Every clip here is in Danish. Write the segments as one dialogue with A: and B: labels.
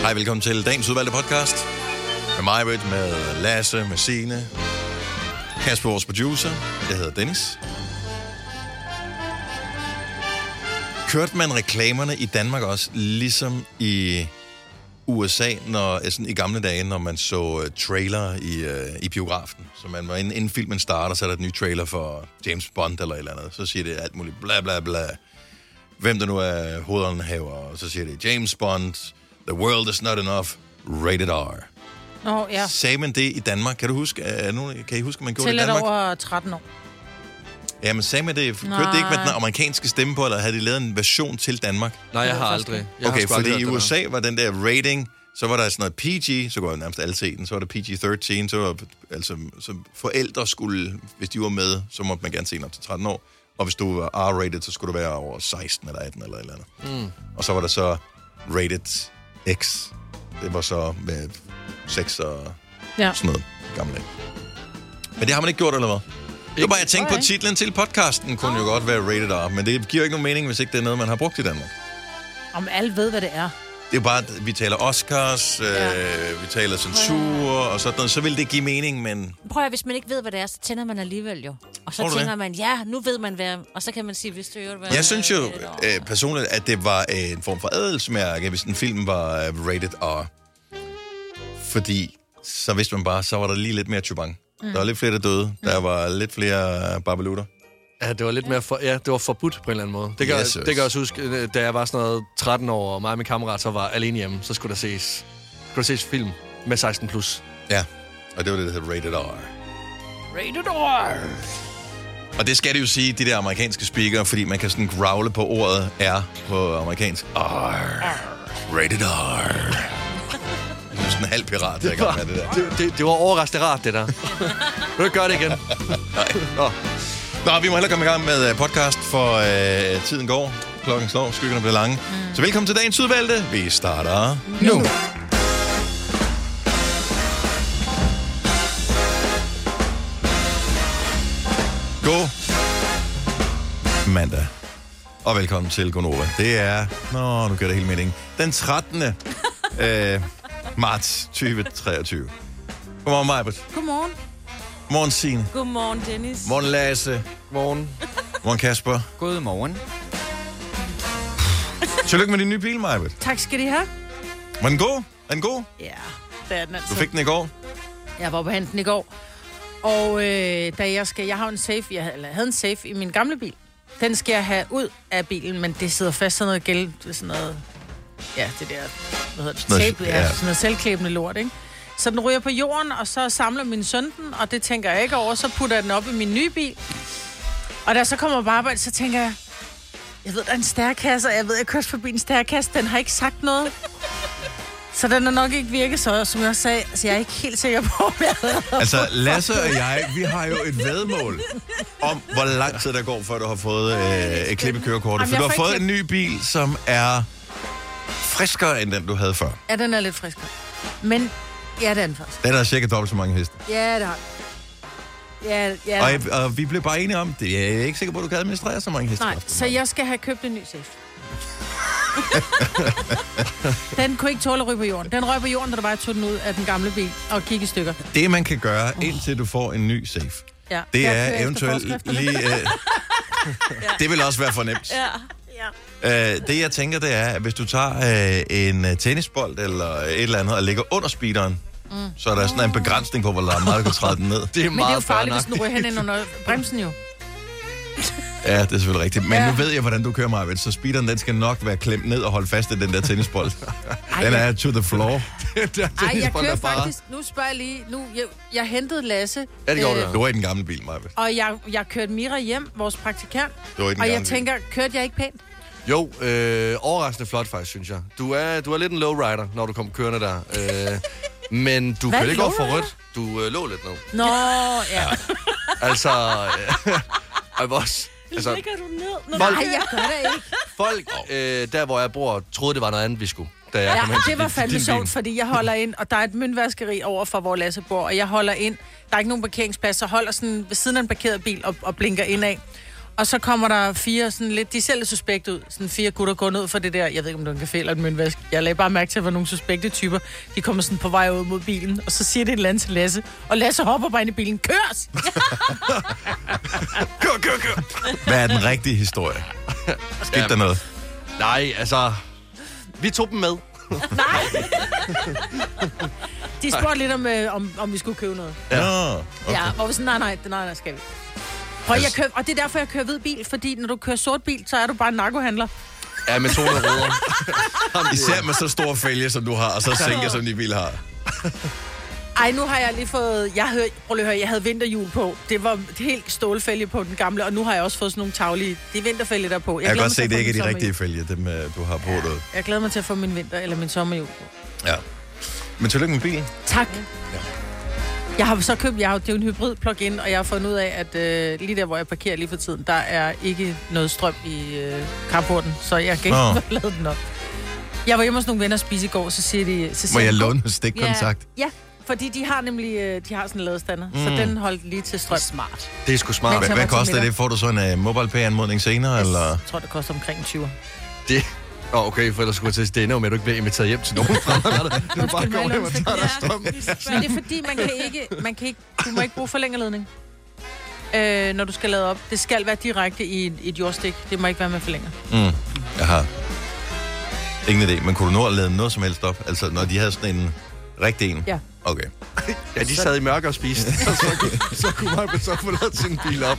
A: Hej, velkommen til dagens udvalgte podcast. Med mig, Britt, med Lasse, med Signe, Kasper, vores producer. Jeg hedder Dennis. Kørte man reklamerne i Danmark også, ligesom i USA, når, altså i gamle dage, når man så øh, trailer i, øh, i biografen. Så man var inden, inden filmen starter, så er der et ny trailer for James Bond eller et eller andet. Så siger det alt muligt bla bla bla. Hvem der nu er hovedanhaver, og så siger det James Bond, The World is Not Enough, Rated R.
B: Nå, oh, ja.
A: Ja. Sagde man det i Danmark? Kan du huske, er nogen, kan I huske, at man gjorde
B: Til
A: det i
B: lidt
A: Danmark?
B: over 13 år.
A: Ja, men sagde man det? Kørte det ikke med den
B: Nej.
A: amerikanske stemme på, eller havde de lavet en version til Danmark?
C: Nej, jeg har aldrig. Jeg
A: okay,
C: har sgu aldrig
A: fordi i
C: hørt det
A: USA var den der rating, så var der sådan noget PG, så går jo nærmest alle se den, så var der PG-13, så var, altså, så forældre skulle, hvis de var med, så måtte man gerne se den op til 13 år, og hvis du var R-rated, så skulle du være over 16 eller 18 eller et eller andet.
C: Mm.
A: Og så var der så rated X. Det var så med 6 og
B: Ja.
A: sådan noget gamle dage. Men det har man ikke gjort, eller hvad? Det var bare, jeg tænkte på
B: Nej.
A: titlen til podcasten, kunne
C: Ah.
A: jo godt være rated R, men det giver jo ikke nogen mening, hvis ikke det er noget, man har brugt i Danmark.
B: Om alle ved, hvad det er.
A: Det er jo bare, at vi taler Oscars,
B: Ja.
A: øh, vi taler censur og sådan noget, så vil det give mening, men
D: Prøv at, hvis man ikke ved, hvad det er, så tænder man alligevel jo. Og så
A: Tror du
D: tænker
A: det?
D: man, ja, nu ved man hvad, og så kan man sige, hvis du gjorde hvad...
A: jeg synes jo øh, personligt, at det var øh, en form for adelsmærke, hvis en film var øh, rated R. Fordi så vidste man bare, så var der lige lidt mere chubang. Mm. Der var lidt flere, der døde. Der var lidt flere babalutter.
C: Ja, det var lidt mere for, ja, det var forbudt på en eller anden måde. Det kan,
A: Yes,
C: yes,
A: yes.
C: det kan jeg også huske, øh, da jeg var sådan noget 13 år, og mig og min kammerat så var alene hjemme, så skulle der ses, skulle der ses film med 16 plus.
A: Ja, og det var det, der hed rated R.
B: Rated R!
A: Og det skal det jo sige, de der amerikanske speaker, fordi man kan sådan growle på ordet R på amerikansk. R. Rated R. Det er sådan en halv pirat, der er i gang med det der.
C: Det, det, det var overraskende rart, det der. Vil du gøre det igen? Nå,
A: Nå, vi må hellere komme i gang med øh, podcast, for øh, tiden går. Klokken slår, skyggerne bliver lange. Mm. Så velkommen til dagens udvalgte. Vi starter nu. God mandag. Og velkommen til Gonova. Det er, nå, nu gør det hele mening. Den 13. øh, marts 2023. Godmorgen, Majbert.
D: Godmorgen.
A: Godmorgen, Signe.
D: Godmorgen, Dennis.
A: Godmorgen, Lasse.
C: morgen.
A: Godmorgen, Kasper.
E: Godmorgen.
A: Tillykke med din nye bil, Majbet.
B: Tak skal de have.
A: Var den god? Er den god?
B: Ja, det er den
A: Du
B: altså.
A: fik den i går?
B: Jeg var på handen i går, og øh, da jeg skal... Jeg har jo en safe, jeg havde, eller jeg havde en safe i min gamle bil. Den skal jeg have ud af bilen, men det sidder fast sådan noget gæld, sådan noget... Ja, det der, hvad hedder det,
A: Sådan noget-
B: tape, ja.
A: ja.
B: sådan noget selvklæbende lort, ikke? Så den ryger på jorden, og så samler min søn den, og det tænker jeg ikke over. Så putter jeg den op i min nye bil. Og da jeg så kommer på arbejde, så tænker jeg, jeg ved, der er en stærkasse, og jeg ved, jeg kørte forbi en stærkasse, den har ikke sagt noget. Så den har nok ikke virket så, som jeg også sagde. Så jeg er ikke helt sikker på, om jeg havde
A: Altså, Lasse og jeg, vi har jo et vedmål om, hvor lang tid der går, før du har fået øh, et klip i kørekortet.
B: Jamen,
A: For
B: jeg
A: du har
B: får
A: fået
B: ikke
A: en ny bil, som er friskere end den, du havde før.
B: Ja, den er lidt frisk. Men ja, det er den først.
A: Den er cirka dobbelt så mange heste.
B: Ja, det har den. Ja, ja.
A: Og,
B: det har den.
A: jeg, og vi blev bare enige om, det er jeg ikke sikker på, at du kan administrere så mange heste.
B: Nej, så jeg skal have købt en ny safe. den kunne ikke tåle at ryge på jorden. Den røg på jorden, da du bare tog den ud af den gamle bil og gik i stykker.
A: Det, man kan gøre, indtil du får en ny safe,
B: Ja.
A: det
B: Jeg
A: er
B: kører efter
A: eventuelt
B: forskrifterne.
A: lige... Øh, det vil også være for nemt.
D: Ja.
A: Øh, det jeg tænker, det er, at hvis du tager øh, en øh, tennisbold eller et eller andet og lægger under speederen, mm. så er der sådan en begrænsning på, hvor meget du kan træde den ned.
C: Det er
B: Men det er jo
C: meget
B: farligt, hvis
C: børneagtigt.
B: den ryger hen ind under bremsen jo.
A: Ja, det er selvfølgelig rigtigt. Men
B: Ja.
A: ja. nu ved jeg, hvordan du kører, Marvind, så speederen den skal nok være klemt ned og holde fast i den der tennisbold.
B: Ej,
A: Den
B: jeg-
A: er to the floor.
C: Det er
B: Ej, jeg
C: tennisbold,
B: kører
C: der bare-
B: faktisk... Nu spørger jeg lige... Nu, jeg, jeg hentede Lasse,
C: Ja, det gjorde
B: Øh,
C: øh,
A: Du var i den gamle bil, Marvind.
B: og jeg, jeg kørte Mira hjem, vores praktikant.
A: Du var i den
B: Og
A: gamle
B: jeg tænker, kørte jeg ikke pænt?
C: Jo, øh, overraskende flot faktisk, synes jeg. Du er, du er lidt en lowrider, når du kom kørende der. Øh, men du
B: Hvad
C: kørte ikke over for
B: lowrider?
C: rødt. Du øh, lå lidt ned.
B: Nå, ja.
C: Altså, øh, jeg var også... Altså,
D: Ligger du ned? Nå,
C: folk,
B: Nej, jeg gør det ikke.
C: folk øh, der, hvor jeg bor, troede, det var noget andet, vi skulle. Da jeg kom hen
B: Ja,
C: til
B: det var
C: din-
B: fandme
C: din bil.
B: sjovt, fordi jeg holder ind, og der er et møntvaskeri over for, hvor Lasse bor, og jeg holder ind. Der er ikke nogen parkeringsplads, så holder sådan ved siden af en parkeret bil og, og blinker indad. Og så kommer der fire sådan lidt, de ser lidt suspekte ud. Sådan fire gutter går ned for det der, jeg ved ikke om det var en café eller en møntvask. Jeg lagde bare mærke til, at det var nogle suspekte typer. De kommer sådan på vej ud mod bilen, og så siger det et eller andet til Lasse. Og Lasse hopper bare ind i bilen, kørs!
C: Kør, kør, kør.
A: Hvad er den rigtige historie? Skete der noget?
C: Nej, altså... Vi tog dem med.
B: De spurgte lidt om, øh, om, om vi skulle købe noget.
A: Ja. Nå, okay. Altså-
B: Ja, og vi sådan, nej, nej, nej, nej, skal vi. Prøv, jeg kører, og det er derfor, jeg kører hvid bil, fordi når du kører sort bil, så er du bare en narkohandler.
C: Ja, med 200 ruder.
A: Især med så store fælge, som du har, og så sænker, som de bil har.
B: Ej, nu har jeg lige fået... Jeg, hør, prøv lige at høre, jeg havde vinterhjul på. Det var helt stålfælge på den gamle, og nu har jeg også fået sådan nogle taglige... Det er vinterfælge der på.
A: Jeg kan
B: glæder
A: godt
B: mig
A: se,
B: til at
A: at det
B: få
A: ikke
B: min
A: er de rigtige
B: sommerhjul.
A: fælge, dem øh, du har på derude.
B: Jeg glæder mig til at få min vinter eller min sommerhjul på.
A: Ja. Men tillykke med bilen.
B: Tak. Jeg har så købt... Jeg har, det er jo en hybrid plug-in, og jeg har fundet ud af, at øh, lige der, hvor jeg parkerer lige for tiden, der er ikke noget strøm i øh, carporten, så jeg kan
A: Nå.
B: ikke lade den op. Jeg var hjemme hos nogle venner og spise i går, så siger de... Så
A: Må
B: siger
A: jeg
B: de,
A: låne en stikkontakt?
B: Ja, ja, fordi de har nemlig øh, de har sådan en ladestander, mm. så den holdt lige til strøm. Smart.
C: Det er sgu smart.
B: Men-
A: Hvad, hvad
B: Tager mig til
A: koster
B: middag.
A: det? Får du så en uh, MobilePay-anmodning senere, yes. eller?
B: Jeg tror, det koster omkring 20.
C: Det... Nå, okay, for ellers skulle jeg til at sige, det ender jo med, at du ikke bliver inviteret hjem til nogen fremadrettet. Du kan bare
B: Undskyld mig,
C: går hjem og tager dig strøm.
B: Men det er fordi, man kan ikke, man kan ikke, du må ikke bruge forlængerledning, øh, når du skal lade op. Det skal være direkte i et, et jordstik. Det må ikke være med forlænger.
A: Mm. Jeg har ingen idé, men kunne du nå at lade noget som helst op? Altså, når de havde sådan en rigtig en?
B: Ja.
A: Okay.
C: Ja, de sad i mørke og spiste, og så, kunne- så kunne man så få lavet sin bil op.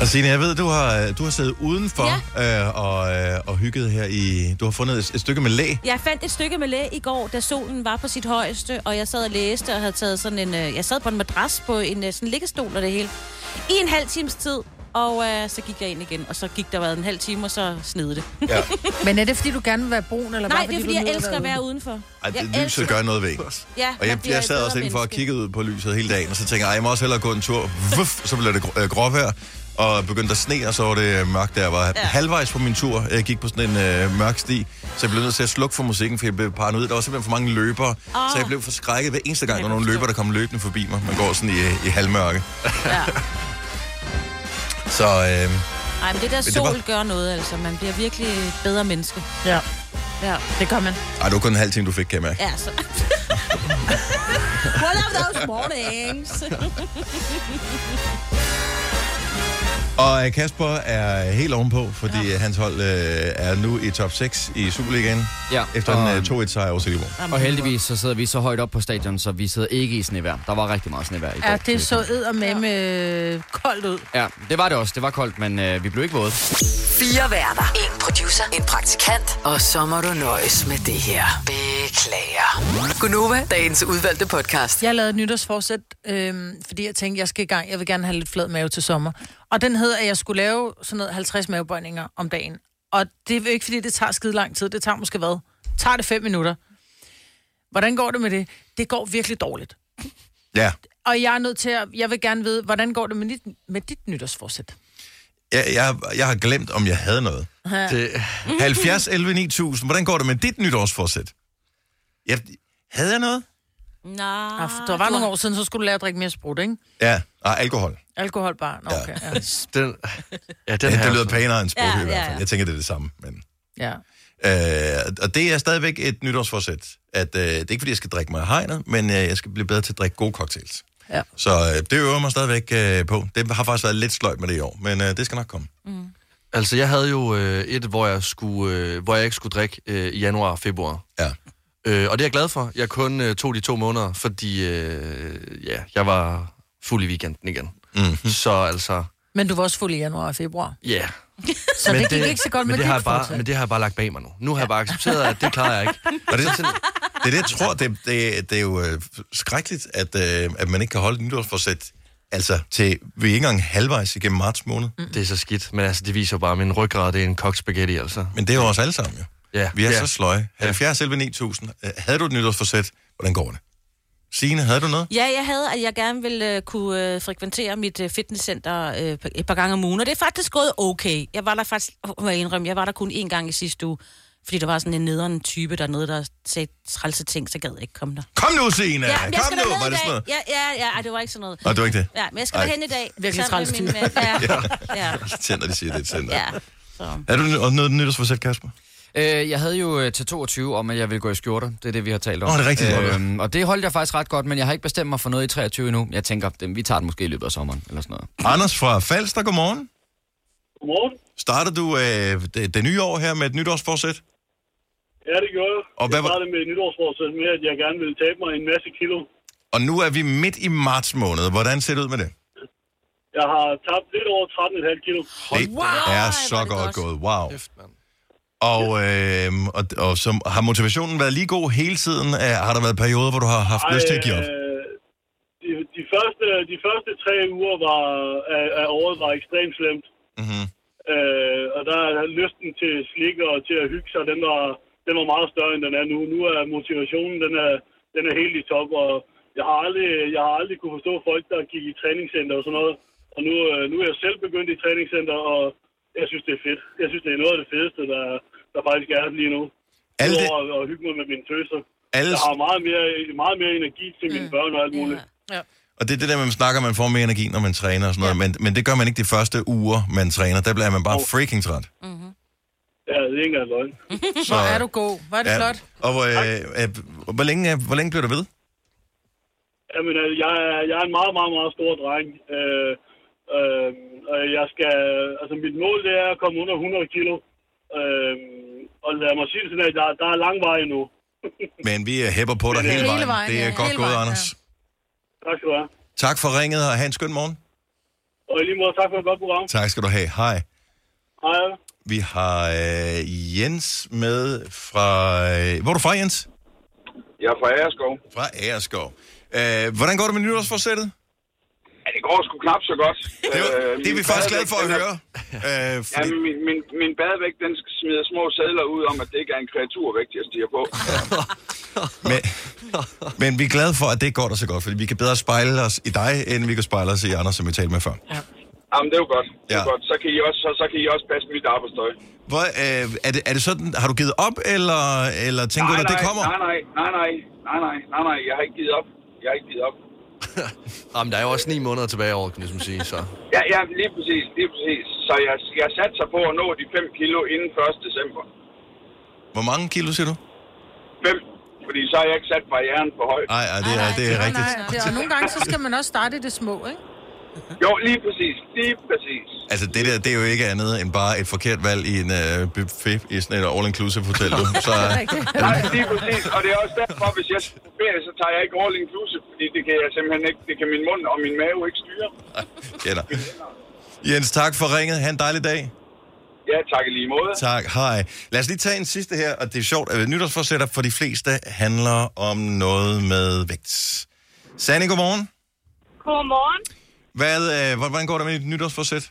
A: Og Signe, jeg ved, du har, øh, du har siddet udenfor ja. øh, og, øh, og hygget her i... Du har fundet et, et stykke med læ.
D: Jeg fandt et stykke med læ i går, da solen var på sit højeste, og jeg sad og læste og havde taget sådan en... øh, Jeg sad på en madras på en øh, sådan liggestol og det hele. I en halv times tid, og øh, så gik jeg ind igen, og så gik der været en halv time, og så snede det.
A: Ja.
B: Men er det, fordi du gerne vil være brun? Eller
D: Nej, det er fordi, jeg elsker at være udenfor.
A: Ej,
D: Jeg
A: det, lyset gør noget ved. en.
D: Ja,
A: Og
D: man
A: jeg,
D: bliver
A: jeg
D: et
A: sad
D: bedre
A: også indenfor og
D: menneske.
A: kiggede ud på lyset hele dagen, og så tænkte jeg, "Ej, jeg må også hellere gå en tur. Vuff, så blev det grå- øh, gråvejr, og begyndte at sne, og så var det øh, mørkt, der jeg var ja. halvvejs på min tur. Jeg gik på sådan en øh, mørk sti, så jeg blev nødt til at slukke for musikken, for jeg blev paranoid. Der var simpelthen for mange løbere, oh. så jeg blev forskrækket hver eneste gang, når nogle løbere, der kom løbende forbi mig. Man går sådan i, øh, i halvmørke.
D: Ja.
A: Så øh,
D: Ej, men det der
A: det
D: sol
A: var-
D: gør noget, altså. Man bliver virkelig et bedre menneske.
B: Ja,
D: Ja,
B: det gør man.
A: ej, det var kun en halv time, du fik, kan jeg mærke.
D: ja så. One of those mornings.
A: Og øh, Kasper er helt ovenpå, fordi ja. hans hold øh, er nu i top 6 i Superligaen,
E: Ja,
A: efter en øh, 2-1-sejr over Silkeborg.
E: og heldigvis så sidder vi så højt op på stadion, så vi sidder ikke i snevær. Der var rigtig meget snevær i går.
B: Ja, det så eddermame med koldt ud.
E: Ja, det var det også. Det var koldt, men øh, vi blev ikke våde.
F: Fire værter. En producer. En praktikant. Og så må du nøjes med det her. Beklager. Gunova, dagens udvalgte podcast.
B: Jeg lavede et nytårsforsæt, øhm, fordi jeg tænkte, jeg skal i gang. Jeg vil gerne have lidt flad mave til sommer. Og den hed, at jeg skulle lave sådan noget 50 mavebøjninger om dagen. Og det er jo ikke, fordi det tager skide lang tid. Det tager måske hvad? Tager det fem minutter? Hvordan går det med det? Det går virkelig dårligt.
A: Ja.
B: Og jeg er nødt til at, jeg vil gerne vide, hvordan går det med dit, med dit nytårsforsæt?
A: Jeg, jeg, jeg har glemt, om jeg havde noget.
C: Det,
A: 70, 11, 9000. Hvordan går det med dit nytårsforsæt? Jeg, havde jeg noget?
D: Nej.
B: Ah, der var nogle år siden, så skulle du lære at drikke mere sprut, ikke?
A: Ja, og alkohol.
B: Alkohol bare. Nå, okay, ja.
C: den, ja, den
A: Det,
C: her
A: det lyder
C: også.
A: pænere end sprut ja,
D: Ja,
A: i hvert
D: ja,
A: fald.
D: ja.
A: Jeg tænker, det er det samme. Men,
B: ja.
A: øh, og det er stadigvæk et nytårsforsæt. At, øh, det er ikke, fordi jeg skal drikke mig af hegnet, men øh, jeg skal blive bedre til at drikke gode cocktails.
B: Ja.
A: Så øh, det øver jeg mig stadigvæk øh, på. Det har faktisk været lidt sløjt med det i år, men øh, det skal nok komme.
C: Altså, jeg havde jo øh, et, hvor jeg, skulle, øh, hvor jeg ikke skulle drikke øh, i januar og februar.
A: Ja.
C: Øh, og det er jeg glad for. Jeg kun øh, tog de to måneder, fordi øh, ja, jeg var fuld i weekenden igen.
A: Mm.
C: Så altså,
B: Men du var også fuld i januar og februar.
C: ja. Yeah.
B: Så det, gik ikke så godt
C: men
B: med
C: det
B: dit
C: har jeg bare,
B: foretag.
C: Men det har jeg bare lagt bag mig nu. Nu har jeg bare accepteret, at det klarer jeg ikke.
A: Og det, det er det, jeg tror, det, det, det er jo øh, skrækkeligt, at, øh, at man ikke kan holde et nytårsforsæt. Altså, til, vi er ikke engang halvvejs igennem marts måned. Mm.
C: Det er så skidt, men altså, det viser jo bare, at min ryggrad det er en kokspaghetti, altså.
A: Men det er jo os alle sammen, jo.
C: Ja,
A: Vi er
C: ja.
A: så sløje. 70 selv 9000. Øh, Havde du et nytårsforsæt? Hvordan går det? Signe, havde du noget?
D: Ja, jeg havde, at jeg gerne ville øh, kunne øh, frekventere mit øh, fitnesscenter øh, et par gange om ugen, og det er faktisk gået okay. Jeg var der faktisk, åh, må jeg indrømme, jeg var der kun én gang i sidste uge, Fordi der var sådan en nederen type dernede, der sagde trælse ting, så gad jeg ikke komme der.
A: Kom nu, Signe!
D: Ja, men jeg
A: Kom
D: skal
A: nu!
D: derned
A: Var
D: i
A: det sådan
D: dag.
A: noget?
D: Ja, ja, ja, ej, det var ikke sådan noget.
A: Nå, det var ikke det.
D: Ja, men jeg skal
A: Ej.
D: derhen i dag.
B: Virkelig
D: sammen med
B: træls
D: min mand. Ja, ja,
A: Tænder, de siger, det er et center.
D: ja.
A: Ja.
D: Så.
A: Er du n- og noget nytårsforsæt, Kasper?
E: Øh, jeg havde jo øh, til 22 om, at jeg ville gå i skjorter. Det er det, vi har talt om.
A: Åh, det er rigtigt, det var
E: Øhm, og det holdt jeg faktisk ret godt, men jeg har ikke bestemt mig for noget i 23 endnu. Jeg tænker, det- vi tager det måske i løbet af sommeren, eller sådan noget.
A: Anders fra Falster, godmorgen.
G: Godmorgen.
A: Starter du øh, det, det nye år her med et nytårsforsæt?
G: Ja, det gjorde jeg.
A: Og hvad
G: jeg
A: var-
G: startede med nytårsforsæt med, at jeg gerne ville tabe mig en masse kilo.
A: Og nu er vi midt i marts måned. Hvordan ser det ud med det?
G: Jeg har tabt lidt over 13,5 kilo.
A: Det er så
D: hvor er det
A: godt
D: godt.
A: gået. Wow.
C: Kæft, mand.
A: Og, øh, og, og som, har motivationen været lige god hele tiden? Øh, Har der været perioder, hvor du har haft lyst til at give op?
G: øh, de, de, første, de første tre uger var, af, af året var ekstremt slemt.
A: Mm-hmm.
G: Øh, og der er lysten til slik og til at hygge sig, den var, den var meget større, end den er nu. Nu er motivationen, den er, den er helt i top, og jeg har aldrig, jeg har aldrig kunne forstå folk, der gik i træningscenter og sådan noget. Og nu, øh, nu er jeg selv begyndt i træningscenter, og jeg synes, det er fedt. Jeg synes, det er noget af det fedeste, der, der faktisk er lige nu.
A: Alle,
G: Alle...
A: de,
G: Over at, at hygge mig med mine tøser.
A: alle,
G: Jeg har meget mere, meget mere energi til
H: Mm.
G: mine børn og alt muligt.
D: Ja.
A: og det er det der, man snakker, man får mere energi, når man træner og sådan noget. Men, men det gør man ikke de første uger, man træner. Der bliver man bare freaking træt.
G: Ja, det er ikke engang løgn.
A: Så,
B: Hvor er du god. Hvor er det ja. flot.
A: Og hvor, øh, øh, hvor, længe, øh, hvor længe bliver du ved?
G: Jamen, øh, jeg, er- jeg er en meget, meget, meget stor dreng. Øh, øh, og jeg skal, altså, mit mål det er at komme under 100 kilo. Øh, og lad mig sige det sådan, at der, der er lang vej endnu.
A: Men vi øh, hæpper på dig hele vejen.
B: vejen,
A: Det er
B: ja.
A: godt
B: Hele
A: gået,
B: vejen,
A: Anders.
G: Tak skal du have.
A: Tak for ringet, og have en skøn morgen.
G: Og i lige måde, tak for et godt program.
A: Tak skal du have. Hej.
G: Hej.
A: Vi har øh, Jens med fra... Øh, hvor er du fra, Jens?
I: Jeg er fra Aarskov.
A: Fra Aarskov. Øh, hvordan går det med nytårsforsættet?
I: Ja, det går sgu knap så godt.
A: Det, var,
I: Øh,
A: Øh, det er vi
I: min
A: faktisk glade for at
I: badevægt, den er-
A: høre. Øh,
I: Ja,
A: fordi,
I: min, min, min badevægt, den smider små sædler ud om, at det ikke er en kreaturvægt, jeg stiger på.
A: men, men vi er glade for, at det går dig så godt, fordi vi kan bedre spejle os i dig, end vi kan spejle os i andre, som vi talte med før.
I: Jamen, det er jo godt. Det er
A: Ja.
I: ja. godt. Så, kan I også, så, så kan I også passe mit arbejdstøj.
A: Hvor, øh, er, det, er det sådan, har du givet op, eller, eller tænker du, at det kommer?
I: nej, nej, nej, nej, nej, nej, nej, nej, jeg har ikke givet op. Jeg har ikke givet op.
C: Jamen, Ah, der er jo også ni måneder tilbage i år, kan man ligesom sige, så...
I: Ja, ja, lige præcis, lige præcis. Så jeg, jeg satser på at nå de 5 kilo inden 1. december.
A: Hvor mange kilo, siger du?
I: 5, fordi så har jeg ikke sat barrieren for højt.
A: Nej, det, er, det er
B: Nej,
A: rigtigt.
B: nej, det, og nogle gange, så skal man også starte i det små, ikke?
I: Jo, lige præcis, lige præcis.
A: Altså, det der, det er jo ikke andet end bare et forkert valg i en øh, buffet i sådan et all-inclusive hotel. du. Så, øh,
I: Nej, lige præcis. Og det er også derfor, hvis jeg skal på ferie, så tager jeg ikke all inclusive, fordi det kan jeg simpelthen ikke, det kan min mund og min mave ikke styre.
A: ja, da. Jens, tak for ringet. Ha' en dejlig dag.
I: Ja, tak i lige måde.
A: Tak, hej. Lad os lige tage en sidste her, og det er sjovt, at nytårsforsætter for de fleste handler om noget med vægt. Sanne, godmorgen.
H: Godmorgen.
A: Hvad, øh, hvordan går det med dit nytårsforsæt?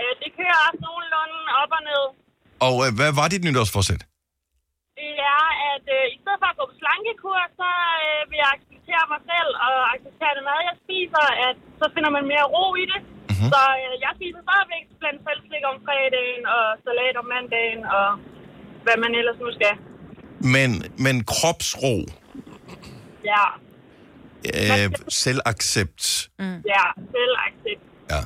H: Øh, Det kører også nogenlunde op og ned.
A: Og øh, hvad var dit nytårsforsæt?
H: Det er, at øh, i stedet for at gå på slankekur, så øh, vil jeg acceptere mig selv og acceptere det mad, jeg spiser. At, så finder man mere ro i det. Mm-hmm. Så øh, jeg spiser stadigvæk blandt fælleslik om fredagen og salat om mandagen og hvad man ellers nu skal.
A: Men, men kropsro,
H: Ja,
A: øh, selvaccept,
H: ja, selv accept.
A: Ja.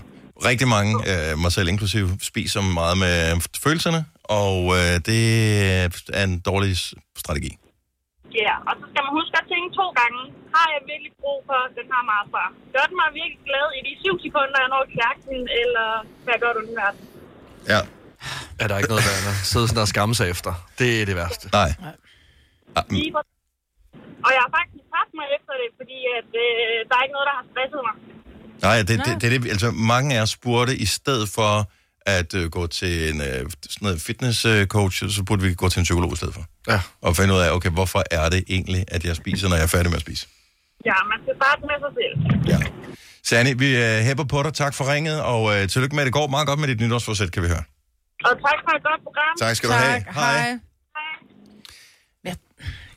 A: Rigtig mange, øh, mig selv inklusive, spiser meget med følelserne, og øh, det er en dårlig s- strategi.
H: Ja, og så skal man huske at tænke to gange. Har jeg virkelig brug for den her marfar? Gør den mig virkelig glad i de syv sekunder, jeg når kærken, eller hvad gør du nu her?
A: Ja.
C: Er der ikke noget værre end at sidde sådan og skamme sig efter? Det er det værste.
A: Nej. Ah, mm,
H: Lige præ- Og jeg har faktisk tabt mig efter det, fordi at, øh, der er ikke noget, der har stresset mig.
A: Nej, det, det, det, er det, altså, mange af os burde i stedet for at øh, gå til en øh, sådan noget fitnesscoach, så burde vi gå til en psykolog i stedet for.
C: Ja.
A: Og finde ud af, okay, hvorfor er det egentlig, at jeg spiser, når jeg er færdig med at spise?
H: Ja, man skal starte med sig selv.
A: Ja. Sanne, vi øh, hæpper på dig. Tak for ringet, og øh, tillykke med, at det går meget godt med dit nytårsforsæt, kan vi høre.
H: Og tak for et godt program.
A: Tak skal du have.
B: Tak, hej. Jeg,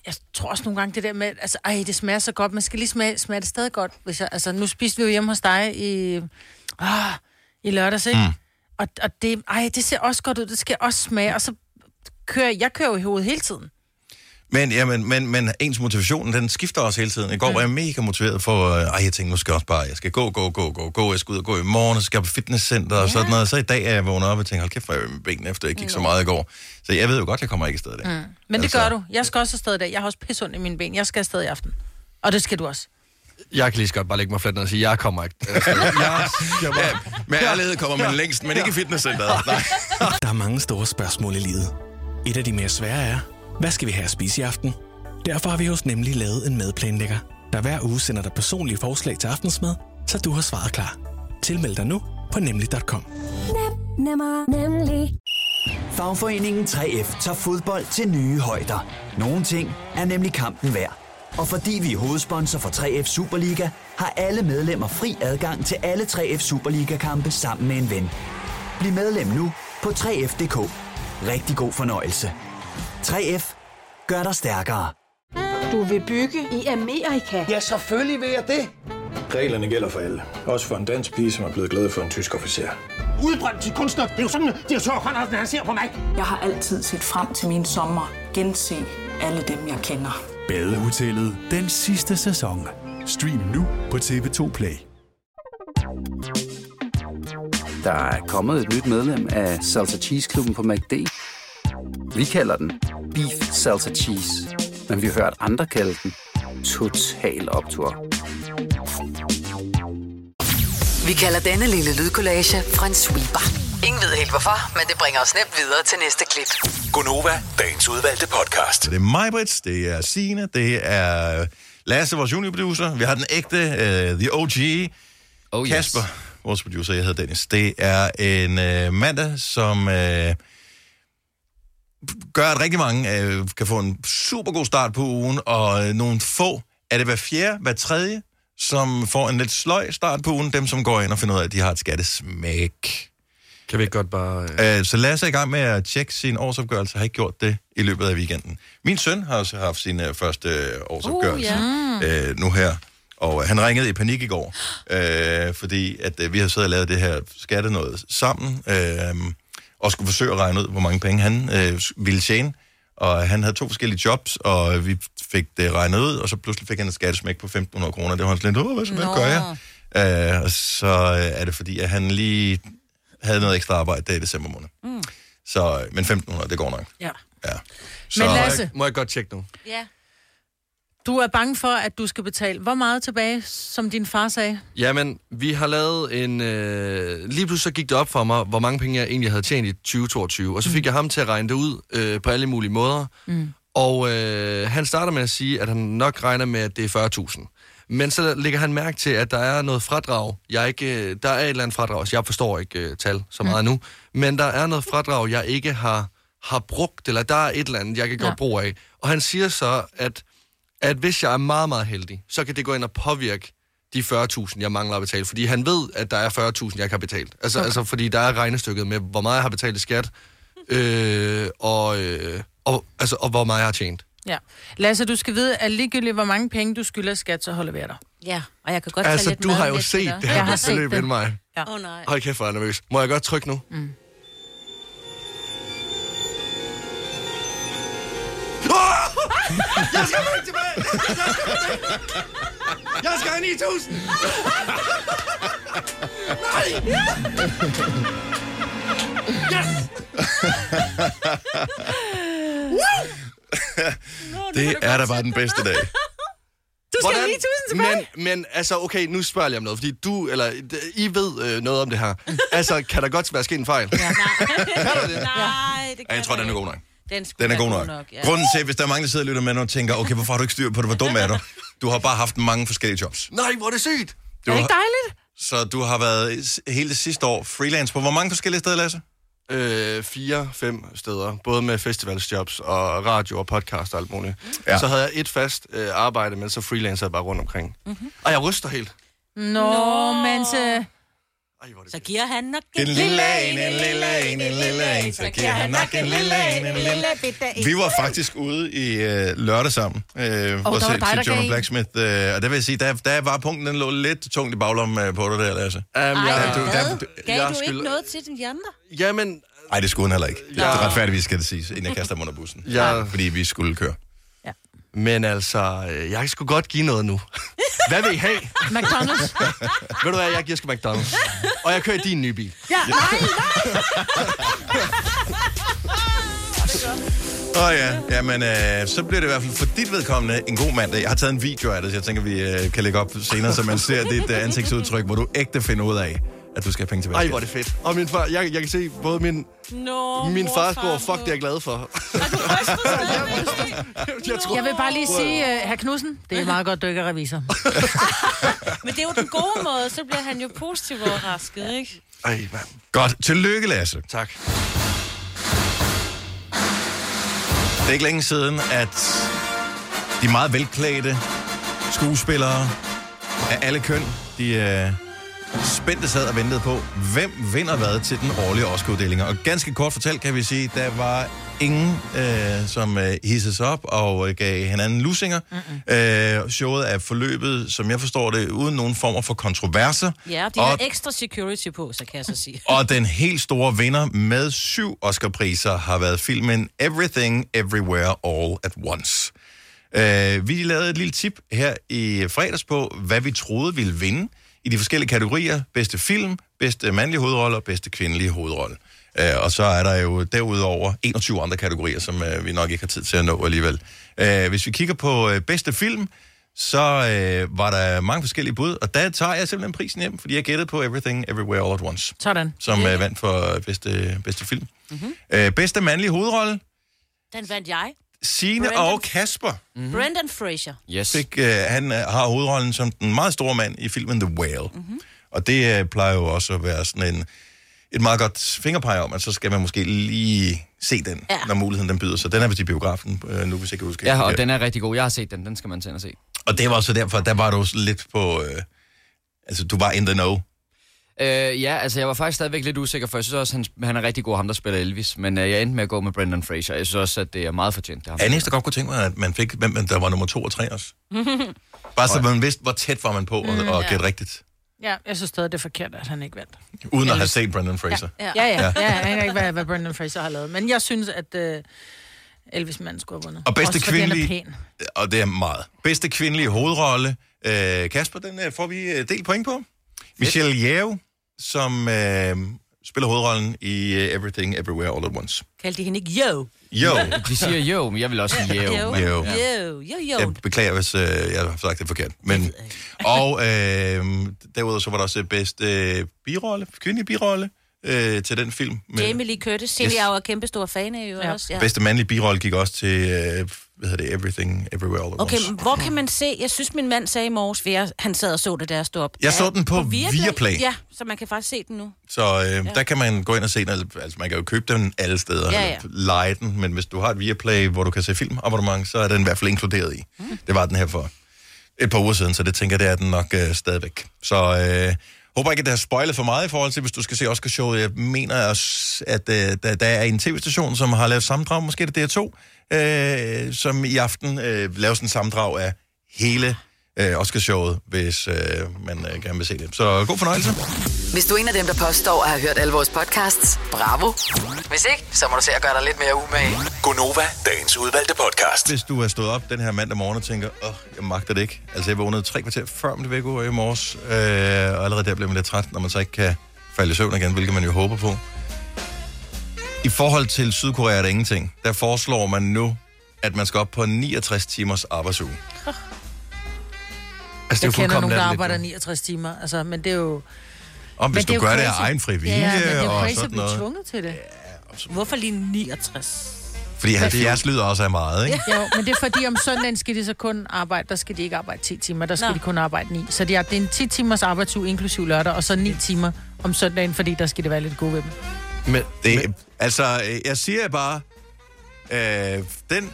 B: jeg tror også nogle gange det der med, altså, ej, det smager så godt. Man skal lige smage, smager det stadig godt. Hvis jeg, altså, nu spiste vi jo hjemme hos dig i, ah, i lørdags, ikke? Mm. Og, og det, ej, det ser også godt ud, det skal også smage. Og så kører, jeg kører jo i hovedet hele tiden.
A: Men, ja, men, men, men ens motivation, den skifter også hele tiden. I går var jeg mega motiveret for, øh, ej, jeg tænkte, nu skal jeg også bare, jeg skal gå, gå, gå, gå, gå, jeg skal ud og gå i morgen, jeg skal på fitnesscenter og sådan noget. Så i dag er jeg vågnet op og tænker, hold kæft, hvor er jeg med benene efter, jeg gik så meget i går. Så jeg ved jo godt, jeg kommer ikke afsted i dag. Mm.
B: Men det gør du. Jeg skal også afsted i dag. Jeg har også pisse ondt i mine ben. Jeg skal afsted i aften. Og det skal du også.
C: Jeg kan lige så godt bare lægge mig fladt ned og sige, jeg kommer ikke. Altså, jeg skal bare...
A: Med ærlighed kommer man længst, men ikke i fitnesscenteret. Nej.
J: Der er mange store spørgsmål i livet. Et af de mere svære er, hvad skal vi have at spise i aften? Derfor har vi hos Nemlig lavet en madplanlægger, der hver uge sender dig personlige forslag til aftensmad, så du har svaret klar. Tilmeld dig nu på nemlig.com.
K: Nemmer, nemlig. Fagforeningen 3F tager fodbold til nye højder. Nogle ting er nemlig kampen værd. Og fordi vi er hovedsponsor for 3F Superliga, har alle medlemmer fri adgang til alle 3F Superliga-kampe sammen med en ven. Bliv medlem nu på 3F.dk. Rigtig god fornøjelse. 3F gør dig stærkere.
L: Du vil bygge i Amerika? Ja, selvfølgelig vil jeg det.
M: Reglerne gælder for alle. Også for en dansk pige, som er blevet glad for en tysk officer.
L: Udbrøndt til kunstner. Det er jo sådan, at de har han ser på mig. Jeg har altid set frem til min sommer. Gense alle dem, jeg kender.
N: Badehotellet den sidste sæson. Stream nu på TV2 Play.
O: Der er kommet et nyt medlem af Salsa Cheese Klubben på MACD. Vi kalder den Beef Salsa Cheese, men vi har hørt andre kalde den Total Optor.
F: Vi kalder denne lille lydkollage Frans sweeper. Ingen ved helt hvorfor, men det bringer os nemt videre til næste klip.
A: Gunova, dagens udvalgte podcast. Det er mig, Brits, det er Sine, det er Lasse, vores juniorproducer. Vi har den ægte, uh, The OG, oh, Kasper, yes. vores producer, jeg hedder Dennis. Det er en uh, mandag, som uh, gør, at rigtig mange uh, kan få en super god start på ugen, og uh, nogle få, er det hver fjerde, hver tredje, som får en lidt sløj start på ugen, dem som går ind og finder ud af, at de har et skattesmæk.
C: Kan vi ikke godt bare...
A: Øh, så Lasse er i gang med at tjekke sin årsopgørelse, har ikke gjort det i løbet af weekenden. Min søn har også haft sin øh, første øh, årsopgørelse
B: Mm.
I: Uh, ja.
A: øh, nu her, og øh, han ringede i panik i går, øh, fordi at øh, vi har siddet og lavet det her skatte noget sammen, øh, og skulle forsøge at regne ud, hvor mange penge han øh, ville tjene. Og han havde to forskellige jobs, og vi fik det regnet ud, og så pludselig fik han et skattesmæk på 1.500 kroner. Det var han sådan lidt, åh, hvad, hvad gør jeg? Øh, og så øh, er det fordi, at han lige havde noget ekstra arbejde der i december måned.
B: Mm.
A: Så, øh, men 1.500, det går nok.
B: Ja.
A: Ja.
B: Men Lasse-
C: Må jeg godt tjekke nu?
B: Ja. Du er bange for, at du skal betale hvor meget tilbage, som din far sagde?
C: Jamen, vi har lavet en... Øh, lige pludselig så gik det op for mig, hvor mange penge jeg egentlig havde tjent i 2022. Og så fik mm. jeg ham til at regne det ud øh, på alle mulige måder.
I: Mm.
C: Og øh, han starter med at sige, at han nok regner med, at det er 40.000. Men så lægger han mærke til, at der er noget fradrag. Jeg ikke, øh, der er et eller andet fradrag, så jeg forstår ikke øh, tal så meget mm. nu. Men der er noget fradrag, jeg ikke har, har brugt, eller der er et eller andet, jeg kan gøre ja. brug af. Og han siger så, at, at hvis jeg er meget, meget heldig, så kan det gå ind og påvirke de 40.000, jeg mangler at betale. Fordi han ved, at der er 40.000, jeg ikke har betalt. Altså, okay. altså fordi der er regnestykket med, hvor meget jeg har betalt i skat, øh, og, øh, og, altså, og hvor meget jeg har tjent.
B: Ja. Lasse, du skal vide, at ligegyldigt hvor mange penge du skylder skat, så holder vi af dig.
D: Ja, og jeg kan
C: godt tage Altså, lidt du med har jo lidt til set dig. det her
B: Jeg har
C: beløb
B: set det.
C: inden mig.
B: Ja. Oh, nej.
C: Hold kæft, hvor er jeg nervøs. Må jeg godt trykke nu? Mm.
I: Jeg skal ikke tilbage! Jeg skal have 9000! Nej! Yes!
A: det er da bare den bedste dag.
B: Du
C: skal Hvordan? Men, men altså, okay, nu spørger jeg lige om noget, fordi du, eller d- I ved øh, noget om det her. Altså, kan der godt være sket en fejl? Ja,
D: Nej, det
A: Ja, jeg tror, den er god nok.
D: Den,
A: Den er god nok.
D: ja.
A: Grunden til, hvis der er mange, der sidder og lytter med nu og tænker, okay, hvorfor har du ikke styr på det, hvor dum er du? Du har bare haft mange forskellige jobs.
C: Nej, hvor er det sygt!
A: Du har,
B: dejligt?
A: så du har været s- hele det sidste år freelance på hvor mange forskellige steder, Lasse?
C: Øh, fire, fem steder, både med festivalsjobs og radio og podcast og alt muligt.
A: Ja.
C: Ja. Så havde jeg et fast øh, arbejde, men så freelancer jeg bare rundt omkring. Mm-hmm. Og jeg ryster helt.
B: Nå, øh, Nå. men så...
D: Så giver han nok
A: En lille en, en lille en, en lille en, så giver han nok en lille en, en lille Vi var faktisk ude i øh, lørdag sammen, øh,
B: var
A: og se
B: dig, der
A: til
B: gav
A: John
B: en.
A: Blacksmith, øh, og der vil jeg sige, der, der var punkten, den lå lidt tungt i baglommen øh, på dig der, Lasse.
C: Um,
D: Ej,
A: ja, du, der,
D: Gav du ikke
C: skylder-
D: noget til de andre?
C: Jamen,
A: Nej, det skulle hun heller ikke. Ja. Det er retfærdigvis, skal det siges, inden jeg kaster ham under bussen.
C: Ja.
A: Fordi vi skulle køre.
C: Men altså, øh, jeg kan sgu godt give noget nu. Hvad vil I have?
B: McDonald's.
C: Ved du hvad, jeg giver sgu McDonald's. Og jeg kører i din nye bil.
B: Ja, nej,
A: Åh oh, ja, jamen, øh, så bliver det i hvert fald for dit vedkommende en god mandag. Jeg har taget en video af det, så jeg tænker, vi øh, kan lægge op senere, så man ser dit øh, ansigtsudtryk, hvor du ægte finder ud af, at du skal have penge tilbage.
C: Ej, hvor er det fedt. Og min far, jeg, jeg kan se både min,
D: no,
C: min fars bror, fuck, det er jeg glad for.
B: Jeg, jeg vil bare lige sige, uh, herr Knudsen, det er meget godt, du ikke er revisor.
D: Men det er jo den gode måde, så bliver han jo positivt overrasket, ikke?
C: Ej, mand.
A: Godt. Tillykke, Lasse.
C: Tak.
A: Det er ikke længe siden, at de meget velklædte skuespillere af alle køn, de øh, spændte sad og ventede på, hvem vinder hvad til den årlige Oscar-uddeling. Og ganske kort fortalt kan vi sige, der var ingen, øh, som øh, hissede sig op og øh, gav hinanden lusinger. Mm-mm. Øh, showet er forløbet, som jeg forstår det, uden nogen former for kontroverser.
D: Ja, de har ekstra security på, så kan jeg så sige.
A: Og den helt store vinder med syv Oscar-priser har været filmen Everything, Everywhere, All at Once. Uh, vi lavede et lille tip her i fredags på, hvad vi troede ville vinde i de forskellige kategorier. Bedste film, bedste mandlige hovedrolle og bedste kvindelige hovedrolle. Uh, og så er der jo derudover 21 andre kategorier, som uh, vi nok ikke har tid til at nå alligevel. Uh, hvis vi kigger på uh, bedste film, så uh, var der mange forskellige bud, og der tager jeg simpelthen prisen hjem, fordi jeg gættede på Everything, Everywhere, All at Once
B: Sådan.
A: som yeah. vandt for øh, bedste, bedste film.
B: Mhm.
A: Mm-hmm. Øh, bedste mandlige hovedrolle,
D: Den vandt jeg.
A: Sine
D: Brendan.
A: og Kasper.
D: Mm-hmm. Brendan Fraser.
A: Yes. Fik, øh, han øh, har hovedrollen som den meget store mand i filmen The Whale.
B: Mhm.
A: Mm-hmm. Og det øh, plejer jo også at være sådan en, et meget godt fingerpege om, at så skal man måske lige se den, ja. når muligheden den byder sig. Den er vist i biografen øh, nu, hvis jeg kan huske.
E: Ja, og den er rigtig god. Jeg har set den. Den skal man tænde og se.
A: og det var så derfor, der var du lidt på... Øh, altså, du var in the know.
E: Øh, ja, altså jeg var faktisk stadigvæk lidt usikker, for jeg synes også, han, han er rigtig god, ham der spiller Elvis. Men øh, jeg endte med at gå med Brendan Fraser. Jeg synes også, at det er meget fortjent, det ham.
A: Er næste godt kunne tænke mig, at man fik, hvem der var nummer to og tre også. Bare så man vidste, hvor tæt var man på og,
B: Mm,
A: og
B: ja.
A: gætte rigtigt,
B: ja, jeg synes stadig, det er forkert, at han ikke vandt.
A: uden at have set Brendan Fraser.
B: Ja, ja, ja. ja. jeg ved ikke, hvad, hvad Brendan Fraser har lavet. Men jeg synes, at øh, Elvis Mand skulle have vundet.
A: Og bedste
B: Også fordi han er
A: kvindelige-
B: pæn.
A: Og det er meget. Bedste kvindelige hovedrolle. Øh, Kasper, den øh, får vi øh, del point på. Michelle Yeoh, som øh, spiller hovedrollen i øh, Everything, Everywhere, All at Once.
D: Kaldte de hende ikke yo?
A: Jo.
E: De siger jo, men jeg vil også sige jo.
A: Jo.
D: Yo,
A: Jo.
D: yo, yo.
A: Jeg beklager, hvis øh, jeg har sagt det forkert. Men, og øh, derudover så var der også bedste øh, birolle, kvindelig birolle øh, til den film. Med,
D: Jamie Lee Curtis, som yes. jeg jo er kæmpe stor fan af jo ja. også. Ja.
A: Bedste mandlige birolle gik også til, øh, hvad hedder det, Everything, Everywhere, All at
D: Okay,
A: Once.
D: men hvor kan man se? Jeg synes, min mand sagde i morges, for jeg, han sad og så det, der stod op.
A: Jeg så den på Viaplay.
D: Ja, så man kan faktisk se den nu.
A: Så øh, ja. der kan man gå ind og se den. al- Altså, man kan jo købe den alle steder.
D: Ja,
A: Ja,
D: ja.
A: ja. Lege den, men hvis du har et Viaplay, hvor du kan se filmabonnement, så er den i hvert fald inkluderet i. Mm. Det var den her for et par uger siden, så det tænker jeg, det er den nok øh, stadigvæk. Så øh, håber ikke, at det har spoilet for meget i forhold til, hvis du skal se Oscarshowet. Jeg mener også, at øh, der, der er en tv-station, som har lavet sammendrag, måske er det DR2, øh, som i aften øh, laver sådan en sammendrag af hele øh, Oscarshowet, hvis øh, man øh, gerne vil se det. Så god fornøjelse.
F: Hvis du er en af dem, der påstår at have hørt alle vores podcasts, bravo. Hvis ikke, så må du se at gøre dig lidt mere umage.
A: Gonova, dagens udvalgte podcast. Hvis du er stået op den her mandag morgen og tænker, åh, jeg magter det ikke. Altså, jeg vågnede tre kvarter før mit vækkeord i morges, øh, og allerede der blev man lidt træt, når man så ikke kan falde i søvn igen, hvilket man jo håber på. I forhold til Sydkorea er der ingenting. Der foreslår man nu, at man skal op på 69 timers arbejdsuge.
B: Altså, jeg kender nogen, der arbejder 69 timer, altså, men det er jo...
A: Om hvis
B: men
A: du
B: er jo
A: gør det af
B: crazy.
A: egen fri vilje
B: ja, ja, men det er jo
A: og
B: crazy at
A: sådan
B: blive
A: noget.
B: tvunget til det.
A: Ja,
D: Hvorfor lige 69?
A: Fordi 70 lyder også af meget, ikke?
B: jo, men det er fordi, om søndagen skal de så kun arbejde, der skal de ikke arbejde 10 timer, der skal Nå. de kun arbejde 9. Så det er, det er en 10 timers arbejdsuge, inklusiv lørdag, og så 9 timer om søndagen, fordi der skal det være lidt gode ved dem.
A: Men, det, men... Altså, øh, jeg siger bare, øh, den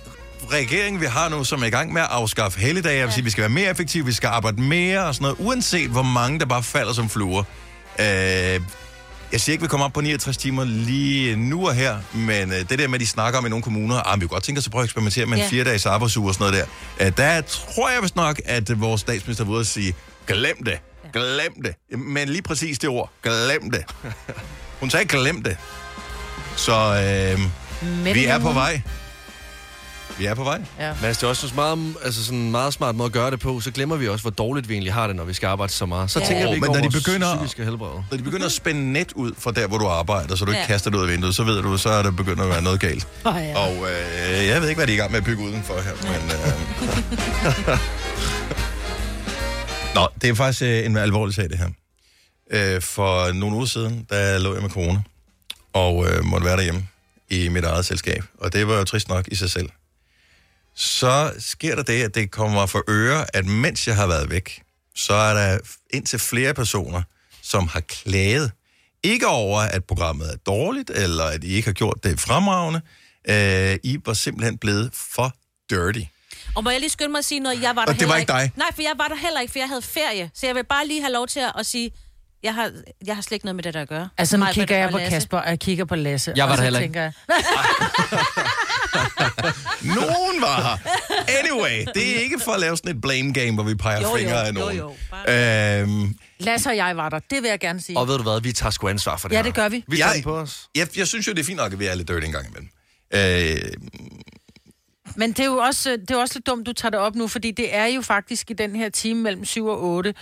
A: regering, vi har nu, som er i gang med at afskaffe helligdage, jeg vil sige, vi skal være mere effektive, vi skal arbejde mere og sådan noget, uanset hvor mange, der bare falder som fluer. Øh, jeg siger ikke, vi kommer op på 69 timer lige nu og her, men øh, det der med, at de snakker om i nogle kommuner, ah, men vi kunne godt tænke os at prøve at eksperimentere med en
P: Ja.
A: fire dages arbejdsuge og sådan noget der. Øh, der tror jeg vist nok, at øh, vores statsminister var ude at sige, glem det, glem det. Men lige præcis det ord, glem det. Hun sagde, glem det. Så øh,
B: Med
A: vi er
B: nogen.
A: på vej. Vi er på vej.
B: Ja.
C: Mads, det er også en meget, altså sådan en meget smart måde at gøre det på. Så glemmer vi også, hvor dårligt vi egentlig har det, når vi skal arbejde så meget. Så
A: Ja.
C: tænker vi
A: Åh,
C: ikke
A: men
C: over
A: når de
C: vores
A: begynder-
C: psykiske helbred.
A: Når de begynder at spænde net ud fra der, hvor du arbejder, så du ikke
C: Ja.
A: ja. kaster det ud af vinduet, så ved du, så er der begyndt at være noget galt.
D: Oh, ja.
A: Og øh, jeg ved ikke, hvad de er i gang med at bygge udenfor her, men... Øh... Nå, det er faktisk øh, en alvorlig sag, det her. Øh, for nogle uger siden, der lå jeg med corona, og øh, måtte være derhjemme i mit eget selskab. Og det var jo trist nok i sig selv. Så sker der det, at det kommer mig for øre, at mens jeg har været væk, så er der indtil flere personer, som har klaget. Ikke over, at programmet er dårligt, eller at I ikke har gjort det fremragende. Øh, I var simpelthen blevet for dirty.
D: Og må jeg lige skynde mig at sige noget? Jeg var
A: Og
D: der
A: det var
D: heller
A: ikke dig.
D: Nej, for jeg var der heller ikke, for jeg havde ferie. Så jeg vil bare lige have lov til at, at sige, jeg har, jeg har slet ikke noget med det, der at gøre.
B: Altså, nu
D: Mig,
B: kigger
D: Britt
B: jeg
D: og
B: på
D: Lasse.
B: Kasper, og jeg kigger på Lasse.
E: Jeg var
B: og
E: der
B: så
E: heller ikke.
B: tænker jeg,
A: Nogen var her. Anyway, det er ikke for at lave sådan et blame game, hvor vi peger
B: Jo, jo,
A: fingre af
B: jo,
A: nogen.
B: jo.
A: Øhm,
B: Lasse og jeg var der, det vil jeg gerne sige.
C: Og ved du hvad, vi tager sgu ansvar for det
B: Ja,
C: her.
B: det gør vi.
C: Vi tager den på os.
A: Jeg, jeg synes jo, det er fint nok, at vi er lidt dirty en gang imellem. Øh,
B: Men det er jo også, øh, det er jo også lidt dumt, du tager det op nu, fordi det er jo faktisk i den her time mellem 7 og 8.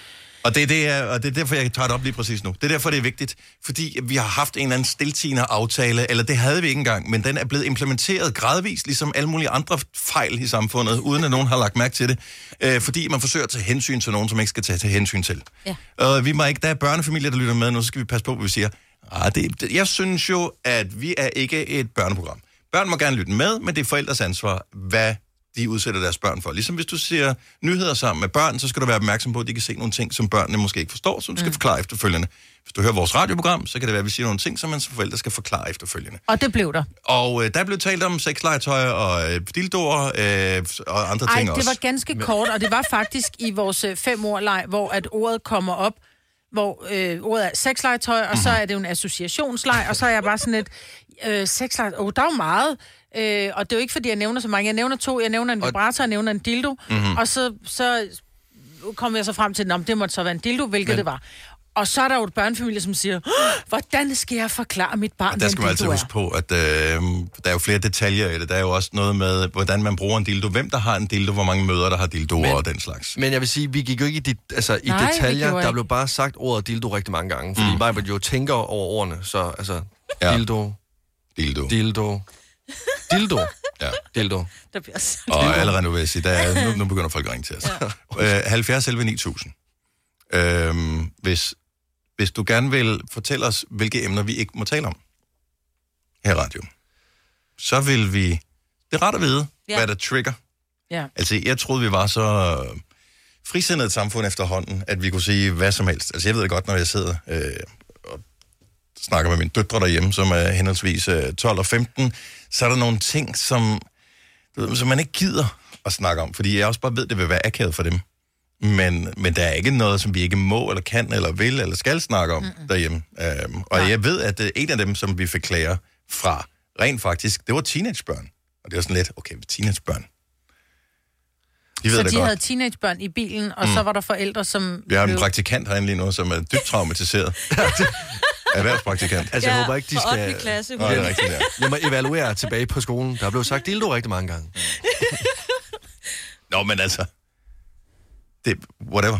A: Og det, er det er, og det er derfor, jeg tager det op lige præcis nu. Det er derfor, det er vigtigt. Fordi vi har haft en eller anden stiltigende aftale, eller det havde vi ikke engang, men den er blevet implementeret gradvist, ligesom alle mulige andre fejl i samfundet, uden at nogen har lagt mærke til det. Øh, fordi man forsøger at tage hensyn til nogen, som ikke skal tage, tage hensyn til.
D: Ja.
A: Øh, vi må ikke, der er børnefamilier, der lytter med nu, så skal vi passe på, hvad vi siger. Ah, det, det, jeg synes jo, at vi er ikke et børneprogram. Børn må gerne lytte med, men det er forældres ansvar, hvad de udsætter deres børn for. Ligesom hvis du ser nyheder sammen med børn, så skal du være opmærksom på, at de kan se nogle ting, som børnene måske ikke forstår, som du
B: Mm.
A: skal forklare efterfølgende. Hvis du hører vores radioprogram, så kan det være, at vi siger nogle ting, som man som forældre skal forklare efterfølgende.
B: Og det blev der.
A: Og øh, der blev talt om sexlegetøj og øh, dildoer øh, og andre
B: Ej,
A: ting
B: det
A: også.
B: var ganske kort, og det var faktisk i vores øh, fem ordleg, hvor at ordet kommer op, hvor øh, ordet er sexlegetøj, og
A: Mhm.
B: så er det jo en associationsleg, og så er jeg bare sådan et øh, sexlegetøj. Oh, der er jo meget. Øh, og det er jo ikke, fordi jeg nævner så mange. Jeg nævner to, jeg nævner en vibrator, jeg nævner en dildo,
P: Mhm.
B: mm-hmm. og så, så kom jeg så frem til, at det måtte så være en dildo, hvilket Men... det var. Og så er der jo et børnefamilie, som siger, "Åh, hvordan skal jeg forklare mit barn,
A: Der skal man
B: hvem
A: altid
B: dildo er?
A: huske på, at øh, der er jo flere detaljer i det. Der er jo også noget med, hvordan man bruger en dildo, hvem der har en dildo, hvor mange møder der har dildoer og den slags.
C: Men jeg vil sige, vi gik jo ikke i, dit, altså, i
A: Nej, det
C: detaljer.
A: gjorde
C: Der
A: jeg
C: blev bare sagt ordet dildo rigtig mange gange, fordi mm. Majbert jo tænker over ordene, så altså, ja. dildo,
A: dildo,
C: dildo, dildo,
A: ja.
C: dildo.
D: Der bliver så...
A: Og allerede nu vil jeg sige, der er, nu, nu begynder folk at ringe til os. Ja. Øh, 70 11 9000. Øhm, hvis, hvis du gerne vil fortælle os, hvilke emner vi ikke må tale om her i radio, så vil vi... Det er rart at vide,
B: Ja.
A: ja. hvad der trigger.
B: Ja.
A: Altså, jeg troede, vi var så øh, frisindet et samfund efterhånden, at vi kunne sige hvad som helst. Altså, jeg ved det godt, når jeg sidder øh, og snakker med mine døtre derhjemme, som er henholdsvis øh, 12 og 15, så er der nogle ting, som du ved, som man ikke gider at snakke om, fordi jeg også bare ved, det vil være akavet for dem. Men, men der er ikke noget, som vi ikke må, eller kan, eller vil, eller skal snakke om Mm-mm. derhjemme. Um, og jeg ved, at uh, en af dem, som vi fik klager fra, rent faktisk, det var teenagebørn. Og det var sådan lidt, okay, teenagebørn. De ved
B: så
A: det
B: de
A: godt.
B: havde teenagebørn i bilen, og mm.
A: Mm.
B: så var der forældre, som
A: Vi har en
B: blev-
A: praktikant herinde lige nu, som er dybt traumatiseret. Erhvervspraktikant.
C: Altså, jeg håber ikke, de
D: fra
C: skal...
D: ottende klasse.
A: Nå, det er rigtigt, ja.
C: Jeg må evaluere tilbage på skolen. Der blev sagt dildo rigtig mange gange.
A: Nå, men altså... Det, whatever.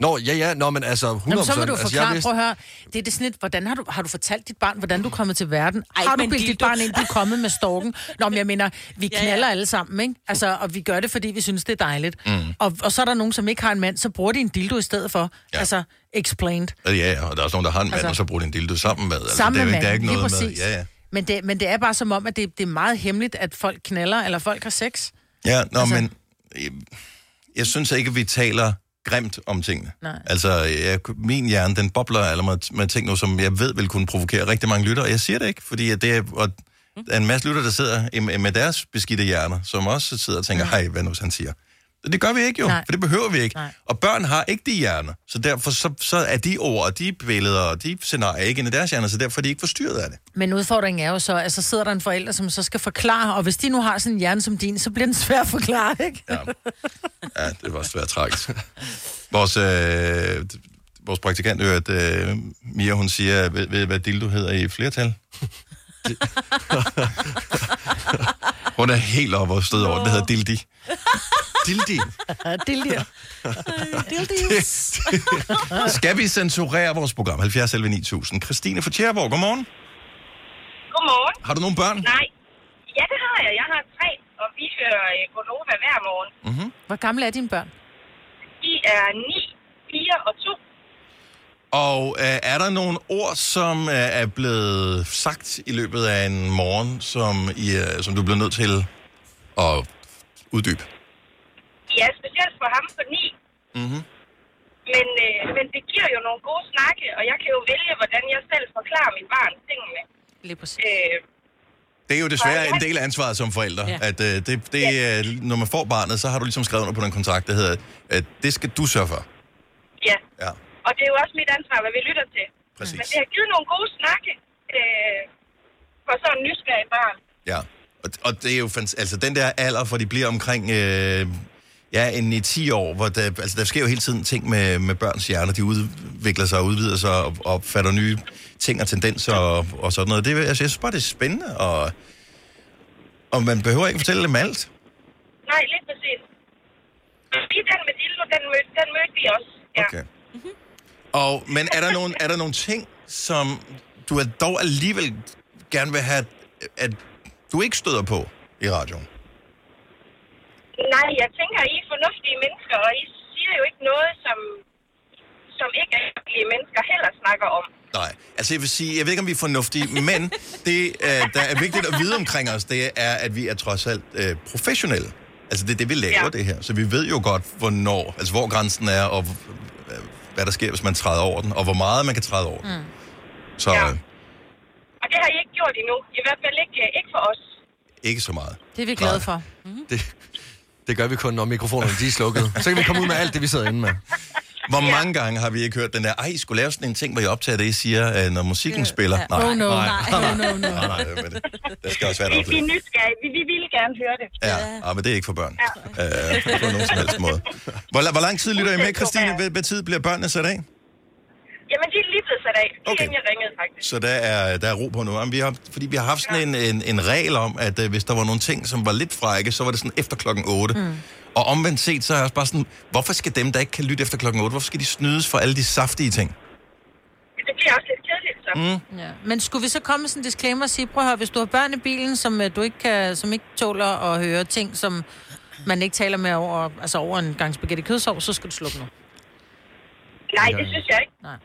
C: Nå, ja, ja. Nå, men altså, 100%.
B: Jamen, så må du
C: altså,
B: forklare, prøv at høre, det er det sådan lidt, hvordan har du, har du fortalt dit barn, hvordan du er kommet til verden? Ej,
D: Ej,
B: har du
D: men
B: bildt
D: de-
B: dit barn ind, du er kommet med storken? Nå, men jeg mener, vi
D: Ja,
B: knaller ja, ja. alle sammen, ikke? Altså, og vi gør det, fordi vi synes, det er dejligt. Mm.
A: Mm.
B: Og, og så er der nogen, som ikke har en mand, så bruger de en dildo i stedet for. Ja. Altså, explained.
A: Ja, ja, og der er også nogen, der har en mand,
B: Altså-
A: altså, og så bruger de en dildo sammen med. Altså, der,
B: Sammen
A: Altså, er
B: med
A: ikke- der er
B: manden,
A: ikke
B: lige
A: noget med.
B: præcis.
A: Ja, ja.
B: Men det, men det er bare som om, at det, det er meget hemmeligt, at folk knaller, eller folk har sex.
A: Ja, nå, altså... men jeg, jeg synes ikke, at vi taler grimt om tingene.
B: Nej.
A: Altså, jeg, min hjerne, den bobler allerede med ting nu, som jeg ved vil kunne provokere rigtig mange lytter, og jeg siger det ikke, fordi at det er, og der er en masse lytter, der sidder i- med deres beskidte hjerner, som også sidder og tænker, hej, hvad nu han siger. Det gør vi ikke jo,
Q: Nej.
A: Mm. Nej. for det behøver vi ikke.
Q: Nej.
A: Nej. Og børn har ikke de hjerner, så derfor så, så er de ord, og de billeder, og de scenarier ikke inde i deres hjerner, så derfor er de ikke forstyrret af det.
B: Men udfordringen er jo så, at så sidder der en forælder, som så skal forklare, og hvis de nu har sådan en hjerne som din, så bliver den svær at forklare, ikke? Ja.
A: Ja, det var svært tragisk. Vores, øh, vores praktikant hørte, øh, Mia, hun siger, ved, ved I, hvad dildo hedder i flertal? Hun er helt oppe og stød over, den der hedder Dildi. Dildi?
B: Dildir. Dildis.
A: Skal vi censurere vores program? 70 11 9000. Christine fra Tjerborg, godmorgen.
R: Godmorgen.
A: Har du nogle børn?
R: Nej. Ja, det har jeg. Jeg har tre, og vi hører øh, på Nova hver morgen.
A: Mm-hmm.
B: Hvor gamle er dine børn?
R: De er 9, 4 og 2.
A: Og øh, er der nogle ord, som øh, er blevet sagt i løbet af en morgen, som, I, øh, som du bliver nødt til at uddybe?
R: Ja, specielt for ham på 9.
A: Mm-hmm.
R: Men, øh, men det giver jo nogle gode snakke, og jeg kan jo vælge, hvordan jeg selv forklarer mit barn tingene.
B: Lige præcis.
R: Øh,
A: Det er jo desværre en del af ansvaret som forældre,
R: Ja.
A: ja. at øh, det, det, øh, når man får barnet, så har du ligesom skrevet under på den kontrakt, der hedder, at det skal du sørge for.
R: ja.
A: Ja.
R: Og det er jo også mit ansvar, hvad vi lytter til.
A: Præcis.
R: Men det har givet nogle gode snakke øh, for sådan en nysgerrig barn.
A: Ja, og, og det er jo fantastisk. Altså, den der alder, hvor de bliver omkring... Øh, ja, en i 10 år, hvor der, altså, der sker jo hele tiden ting med, med børns hjerner. De udvikler sig og udvider sig og opfatter nye ting og tendenser og, og sådan noget. Det, er- altså, jeg synes bare, det er spændende, og, og man behøver ikke fortælle dem alt.
R: Nej, lige præcis. Lige den med Dildo, den mødte, den mødte vi også. Ja.
A: Okay. Mm-hmm. Og, men er der, nogle, er der nogle ting, som du er dog alligevel gerne vil have, at du ikke støder på i radioen?
R: Nej, jeg tænker, I er fornuftige mennesker, og I siger jo ikke noget, som, som ikke almindelige mennesker heller snakker om.
A: Nej, altså jeg vil sige, jeg ved ikke, om vi er fornuftige, men det, øh, der er vigtigt at vide omkring os, det er, at vi er trods alt øh, professionelle. Altså det er det, vi laver, ja. det her. Så vi ved jo godt, hvornår, altså hvor grænsen er, og øh, hvad der sker, hvis man træder over den, og hvor meget man kan træde over den.
R: Mm.
A: Så øh, ja.
R: Og det har I ikke gjort endnu. I hvert fald ikke, øh, ikke for os.
A: ikke så meget.
B: Det er vi glade for.
C: Det gør vi kun, når mikrofonerne de er slukket. Så kan vi komme ud med alt det, vi sidder inde med.
A: Hvor mange gange har vi ikke hørt den der, ej, I skulle lave sådan en ting, hvor I optager det, I siger, øh, når musikken spiller?
R: Ja. Oh, no. Nej. Oh, no, no.
A: nej, nej, det er det. Der skal også være
R: Vi,
A: et
R: vi
A: oplevelse.
R: er nysgerrige. Vi, vi vil gerne høre det.
A: Ja, ja. Ah, men det er ikke for børn. Ja. Øh, på nogen som helst måde. Hvor, la- hvor lang tid lytter I med, Christine? Hvad, hvad tid bliver børnene sat af?
R: Jamen, de er lige blevet sat af. De okay. jeg ringede faktisk.
A: Så der er, der er ro på nu. Jamen, vi har, fordi vi har haft sådan en, en, en regel om, at øh, hvis der var nogle ting, som var lidt frække, så var det sådan efter klokken 8. Mm. Og omvendt set, så er jeg også bare sådan, hvorfor skal dem, der ikke kan lytte efter klokken 8, hvorfor skal de snydes for alle de saftige ting?
R: Det bliver også lidt kedeligt, så.
A: Mm.
B: Ja. Men skulle vi så komme med sådan en disclaimer og sige, prøv at høre, hvis du har børn i bilen, som øh, du ikke, kan, som ikke tåler at høre ting, som man ikke taler med over, altså over en gang spaghetti kødsov, så skal du slukke nu.
R: Nej, det synes jeg ikke.
B: Nej.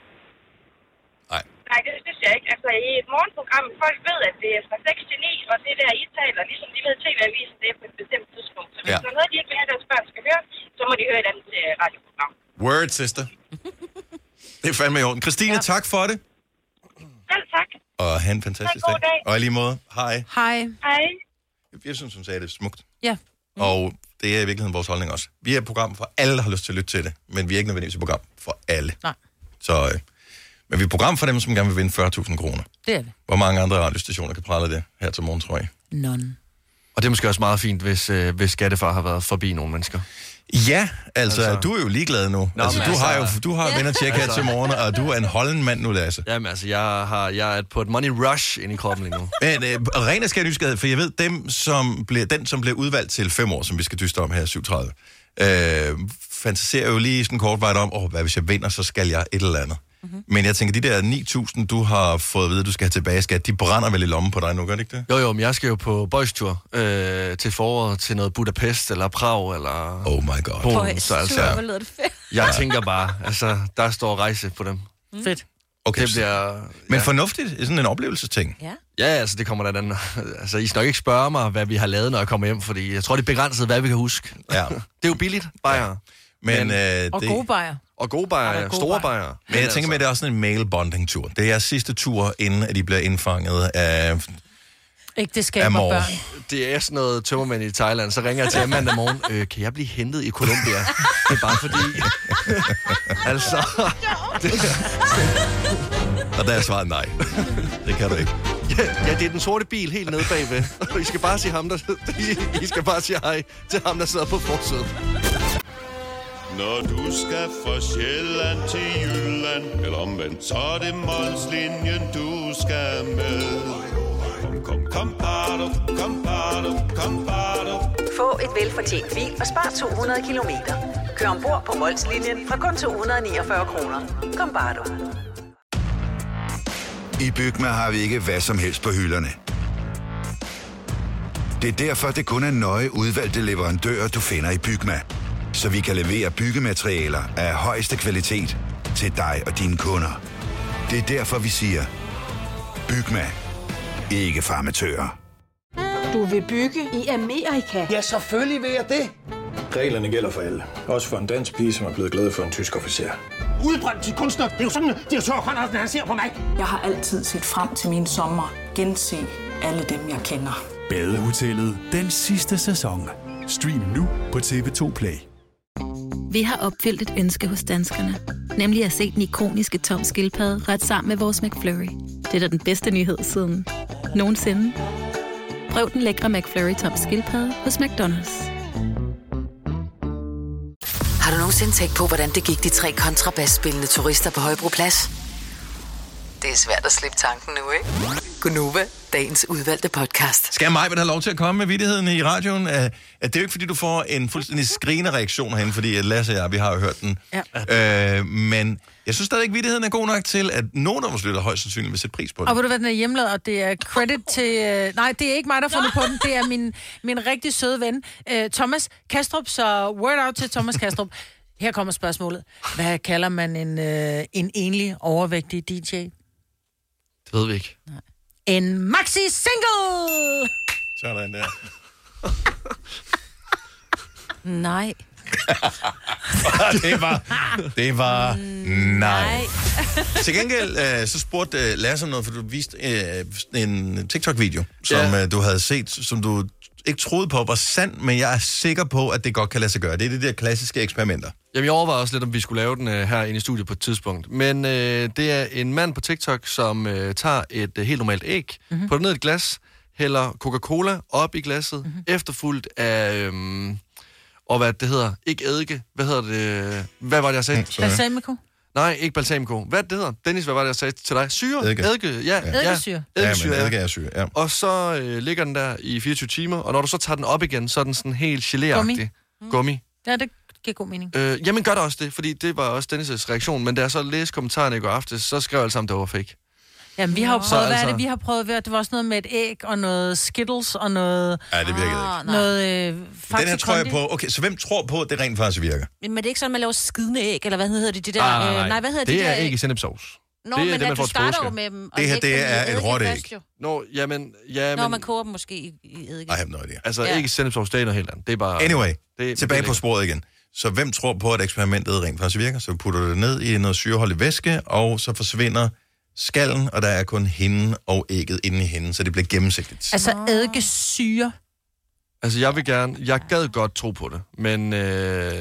A: Nej.
R: Nej, det synes jeg ikke. Altså, i et morgenprogram, folk ved, at det er fra 6 til 9, og det der, I taler, ligesom de ved TV-avisen, det er på et bestemt tidspunkt. Så hvis
A: Ja.
R: ja. der er noget, de ikke vil have, deres børn skal høre, så må de høre et andet øh, radioprogram.
A: Word, sister. det er fandme i orden. Christine, ja. tak for det.
R: Selv tak.
A: Og have en fantastisk
R: Ha' en
A: dag.
R: god dag.
A: Og i lige måde, hej.
B: Hej.
R: Hej.
A: Jeg synes, hun sagde det smukt.
B: Ja.
A: Mm. Og det er i virkeligheden vores holdning også. Vi er et program for alle, der har lyst til at lytte til det. Men vi er ikke nødvendigvis et program for alle.
B: Nej.
A: Så, øh, men vi er et program for dem, som gerne vil vinde 40.000 kroner.
B: Det er det.
A: Hvor mange andre radiostationer kan prale af det her til morgen, tror jeg.
B: None.
C: Og det er måske også meget fint, hvis, øh, hvis skattefar har været forbi nogle mennesker.
A: Ja, altså, altså du er jo ligeglad nu. Nå, altså, du,
C: men
A: altså, har jo
C: altså-
A: du har
C: Ja.
A: venner tjek her
C: Altså-
A: til morgen, og du er en holden mand nu, Lasse.
C: Jamen altså, jeg, har, jeg er på et money rush ind i kroppen lige nu.
A: Men øh, ren af nysgerrighed, for jeg ved, dem, som bliver, den, som bliver udvalgt til fem år, som vi skal dyste om her i 37, øh, fantaserer jo lige sådan kort vejt om, åh, hvad hvis jeg vinder, så skal jeg et eller andet. Mm-hmm. Men jeg tænker, de der 9.000, du har fået at vide, du skal have tilbage i skat, de brænder vel i lommen på dig nu, gør det ikke det?
C: Jo, jo, men jeg skal jo på boys tour øh, til foråret til noget Budapest eller Prag eller...
A: Oh my god.
C: Polen, så altså,
D: Tur, hvor lyder det fedt.
C: jeg tænker bare, altså, der står rejse på dem.
D: Mm.
B: Fedt.
A: Okay,
C: det bliver...
A: Men fornuftigt, sådan en oplevelsesting.
D: Ja.
C: Ja, altså det kommer da den... Altså, I skal nok ikke spørge mig, hvad vi har lavet, når jeg kommer hjem, fordi jeg tror, det er begrænset, hvad vi kan huske.
A: Ja.
C: det er jo billigt, bajer. Ja.
A: Men, øh, det-
B: Og gode bajer.
C: Og gode altså. bajer,
B: Og
C: ja.
B: gode
C: store
B: bajer.
C: bajer.
A: Men jeg tænker med, at det er også sådan en male-bonding-tur. Det er jeres sidste tur, inden at I bliver indfanget af
B: Ikke det
A: Af
B: skaber
A: mor.
B: børn.
C: Det er sådan noget tømmermænd i Thailand, så ringer jeg til ham mandag morgen, øh, kan jeg blive hentet i Colombia? Det er bare fordi... altså... Det,
A: Og der er svaret nej. Det kan du ikke.
C: ja, ja, det er den sorte bil helt nede bagved. I skal bare sige ham, der... I skal bare sige hej til ham, der sidder på forsiden.
P: Når du skal fra Sjælland til Jylland, eller omvendt, så er det Molslinjen, du skal med. Kom Kom, bardo, kom, bardo, kom, bardo.
Q: Få et velfortjent bil og spar 200 kilometer. Kør ombord på Molslinjen fra kun 249 kroner. Kom bare du.
S: I Bygma har vi ikke hvad som helst på hylderne. Det er derfor, det kun er nøje udvalgte leverandører, du finder i Bygma. Så vi kan levere byggematerialer af højeste kvalitet til dig og dine kunder. Det er derfor, vi siger, Bygma. Ikke farmatører.
T: Du vil bygge i Amerika? Ja, selvfølgelig vil jeg det.
M: Reglerne gælder for alle. Også for en dansk pige, som er blevet glad for en tysk officer.
L: Udbrændt til kunstner. Det er jo sådan, at de har tørt, Andersen, han ser på mig. Jeg har altid set frem til min sommer. Gense alle dem, jeg kender.
N: Badehotellet den sidste sæson. Stream nu på TV2 Play.
U: Vi har opfyldt et ønske hos danskerne. Nemlig at se den ikoniske tom skildpadde ret sammen med vores McFlurry. Det er da den bedste nyhed siden nogensinde. Prøv den lækre McFlurry tom skildpadde hos McDonald's.
F: Har du nogensinde tænkt på, hvordan det gik de tre kontrabasspillende turister på Højbroplads? Det er svært at slippe tanken nu, ikke? Gunova, dagens udvalgte podcast.
A: Skal mig have lov til at komme med vidtigheden i radioen? Uh, at det er jo ikke, fordi du får en fuldstændig skrigende reaktion herinde, fordi øh, Lasse og jeg, vi har jo hørt den. Ja. Uh, men jeg synes stadig ikke, vidtigheden er god nok til, at nogen af vores lytter højst sandsynligt vil sætte pris på
B: Og ved
A: det.
B: du hvad, den er hjemlavet, og det er credit til... Øh, nej, det er ikke mig, der har fundet på den. Det er min, min rigtig søde ven, øh, Thomas Kastrup. Så word out til Thomas Kastrup. Her kommer spørgsmålet. Hvad kalder man en, øh, en enlig, overvægtig DJ?
C: Det ved vi ikke.
B: En maxi single!
A: Sådan der.
D: Nej.
A: det var... Det var... Nej.
D: Nej.
A: Til gengæld, øh, så spurgte øh, Lasse om noget, for du viste øh, en TikTok-video, som
C: Ja.
A: øh, du havde set, som du ikke troede på var sand, men jeg er sikker på, at det godt kan lade sig gøre. Det er det der klassiske eksperimenter.
C: Jamen, jeg overvejede også lidt, om vi skulle lave den øh, her inde i studiet på et tidspunkt. Men øh, det er en mand på TikTok, som øh, tager et øh, helt normalt æg, mm-hmm.
A: Mhm.
C: putter det ned i et glas, hælder Coca-Cola op i glasset,
A: Mhm.
C: mm-hmm. efterfuldt af... Øh, og hvad det hedder? Ikke eddike. Hvad hedder det? Hvad var det, jeg sagde?
B: Balsamico?
C: Nej, ikke balsamico. Hvad er det, det hedder? Dennis, hvad var det, jeg sagde til dig? Syre?
A: Eddike.
C: Eddike, ja. ja.
B: Eddikesyre.
A: Ja, men
C: Eddikesyre,
A: eddike er syre, ja.
C: Og så øh, ligger den der i 24 timer, og når du så tager den op igen, så er den sådan helt gelé
B: Gummi.
C: Gummi.
A: Mm.
C: Gummi.
B: Ja, det giver god mening.
C: Øh, jamen gør det også det, fordi det var også Dennis' reaktion, men da jeg så læste kommentarerne i går aftes, så skrev jeg alle sammen, det var fake.
B: Jamen, vi har jo
C: Nå.
B: prøvet,
C: Så
B: hvad er
C: altså-
B: det, vi har prøvet ved, det var også noget med et æg og noget skittles og noget...
A: Ja, det virkede
D: Ah,
A: ikke.
B: Noget øh,
A: Den her tror jeg på. Okay, så hvem tror på, at det rent faktisk virker?
D: Men er det ikke sådan, man laver skidende æg, eller hvad hedder de, de der? øh, nej, hvad hedder de
A: Ah, det
D: der
A: er
D: æg?
A: ikke sennepsovs.
D: Nå, men at du starter jo med dem. og
A: Det her,
D: lægger
A: det
D: dem i
A: er et
D: eddike
A: råt
D: først
A: æg.
D: jo.
C: Nå, jamen, ja,
D: Når
C: men...
D: man koger dem måske i, i eddike.
A: I have no idea.
C: Altså,
D: Ja.
C: ikke sennepsovs, det er noget helt andet. Det er bare...
A: Anyway,
C: det,
A: tilbage
C: det,
A: på sporet igen. Så hvem tror på, at eksperimentet rent faktisk virker? Så putter du det ned i noget syreholdig væske, og så forsvinder skallen, og der er kun hinden og ægget inde i hinden, så det bliver gennemsigtigt.
B: Altså eddikesyre.
C: Altså, jeg vil gerne... Jeg gad godt tro på det, men... Øh,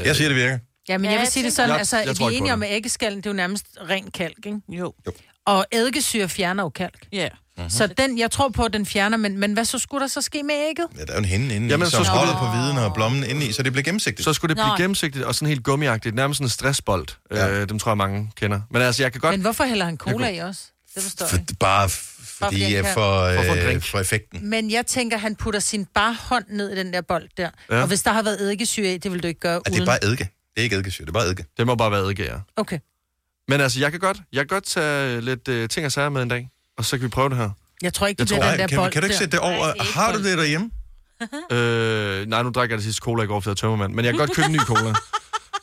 A: jeg siger, det virker.
B: Ja, men ja, jeg vil sige det sådan, jeg, altså, jeg vi
C: tror
B: er
C: ikke på
B: enige
C: det.
B: om, at æggeskallen, det er jo nærmest ren kalk, ikke?
D: Jo.
A: jo.
B: Og eddikesyre fjerner jo kalk.
D: Ja.
A: Mhm.
B: Så den, jeg tror på, at den fjerner, men, men hvad så skulle der så ske med ægget?
A: Ja, der er jo en hende inde
C: Jamen,
A: i,
C: så
A: som
C: skulle
A: holder
C: det-
A: på viden og blommen inde i, så det bliver gennemsigtigt.
C: Så skulle det
B: Nå.
C: blive gennemsigtigt og sådan helt gummiagtigt. Nærmest sådan en stressbold. Ja. Øh, dem tror jeg, mange kender. Men altså, jeg kan godt...
B: Men hvorfor hælder han cola i også? Det forstår jeg. ikke.
A: Bare f-
B: Bare fordi
A: fordi
B: han
A: jeg
B: kan.
A: for,
C: For at få en
A: øh,
C: drink.
A: for effekten.
B: Men jeg tænker, han putter sin bare hånd ned i den der bold der. Ja.
A: Ja.
B: Og hvis der har været eddikesyre i, det vil du ikke gøre
A: At det
B: uden.
A: er bare eddike. Det er ikke eddikesyre, det er bare eddike.
C: Det må bare være eddike, ja.
B: Okay.
C: Men altså, jeg kan godt, jeg kan godt tage øh, lidt øh, ting og sager med en dag, og så kan vi prøve det her.
B: Jeg tror ikke, det
C: Jeg tror-
B: bliver den der
C: Ej, kan-
B: bold
C: kan du ikke
B: der.
C: sætte det over? Nej, det er ikke Har du bold. det
A: derhjemme?
C: Øh, nej, nu drak jeg det sidste cola i går, for jeg er tømmermand. Men jeg kan godt købe en ny cola.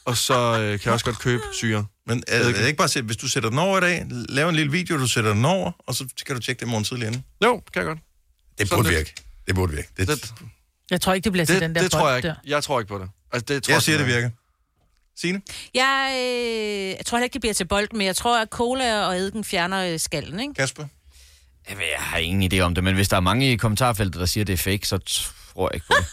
C: Og så øh, kan jeg også godt købe syre.
A: Men er, er det ikke bare, at hvis du sætter den over i dag, lav en lille video, du sætter den over, og så kan du tjekke det i morgen tidlig inden?
C: Jo, kan jeg godt.
A: Det burde virke. Det burde virke. Det, det,
B: Jeg tror ikke, det bliver til
C: det,
B: den der
C: det
B: bold
C: tror jeg ikke.
B: der.
C: Jeg tror ikke på det. Altså, det tror
A: jeg siger, det
C: simpelthen
A: virker. Signe?
D: Jeg, øh, jeg tror heller ikke, det bliver til bold, men jeg tror, at cola og eddiken fjerner øh, skallen, ikke?
A: Kasper?
E: Jamen, Jeg har ingen idé om det, men hvis der er mange i kommentarfeltet, der siger, det er fake, så tror jeg ikke på det.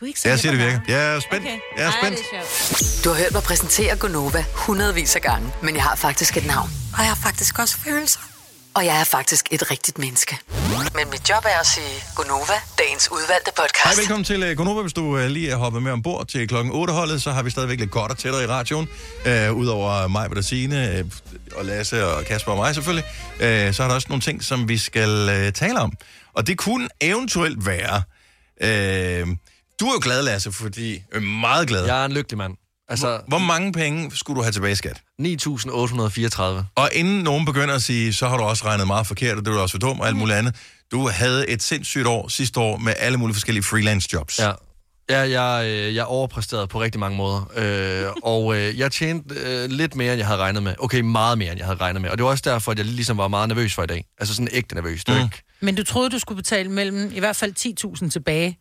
D: Du er ikke
A: Jeg siger, det virker. Jeg er spændt.
D: Okay.
A: Jeg er
D: Ej,
A: spændt.
D: det er sjovt.
F: Du har hørt mig præsentere Gunova hundredvis af gange, men jeg har faktisk et navn. Og jeg har faktisk også følelser. og jeg er faktisk et rigtigt menneske. Men mit job er at sige Gonova, dagens udvalgte
A: Hej,
F: podcast.
A: velkommen til øh, Gonova. Hvis du øh, lige er hoppet med ombord til klokken 8-holdet, så har vi stadigvæk lidt godt og tættere i radioen. Øh, Udover mig, Britta Signe, øh, og Lasse og Kasper og mig selvfølgelig, øh, så er der også nogle ting, som vi skal øh, tale om. Og det kunne eventuelt være... Øh, du er jo glad, Lasse, fordi... Øh, meget glad. Jeg
C: er en lykkelig mand.
A: Altså, hvor, hvor mange penge skulle du have tilbage i skat?
C: 9.834.
A: Og inden nogen begynder at sige, så har du også regnet meget forkert, og det var også for dum og alt muligt andet. Du havde et sindssygt år sidste år med alle mulige forskellige freelance jobs.
C: Ja. Ja, jeg, øh, jeg overpræsterede på rigtig mange måder, øh, og øh, jeg tjente øh, lidt mere, end jeg havde regnet med. Okay, meget mere, end jeg havde regnet med. Og det var også derfor, at jeg ligesom var meget nervøs for i dag. Altså sådan ægte nervøs.
A: Mm.
C: Det var ikke...
B: Men du troede, du skulle betale mellem i hvert fald 10.000 tilbage.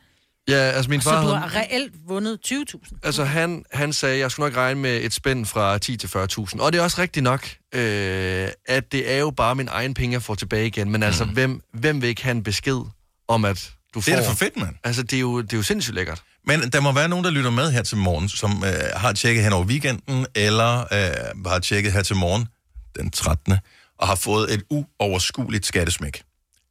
C: Ja, altså min
B: så
C: far...
B: du
C: havde-
B: har reelt vundet 20.000.
C: Altså, han, han sagde, at jeg skulle nok regne med et spænd fra 10 til 40.000. Og det er også rigtigt nok, øh, at det er jo bare min egen penge, jeg får tilbage igen. Men altså, mm. hvem, hvem vil ikke have en besked om, at du får...
A: Mhm. Det er da for fedt, mand.
C: Altså, det er, jo, det er jo sindssygt lækkert.
A: Men der må være nogen, der lytter med her til morgen, som øh, har tjekket hen over weekenden, eller øh, har tjekket her til morgen den 13. og har fået et uoverskueligt skattesmæk.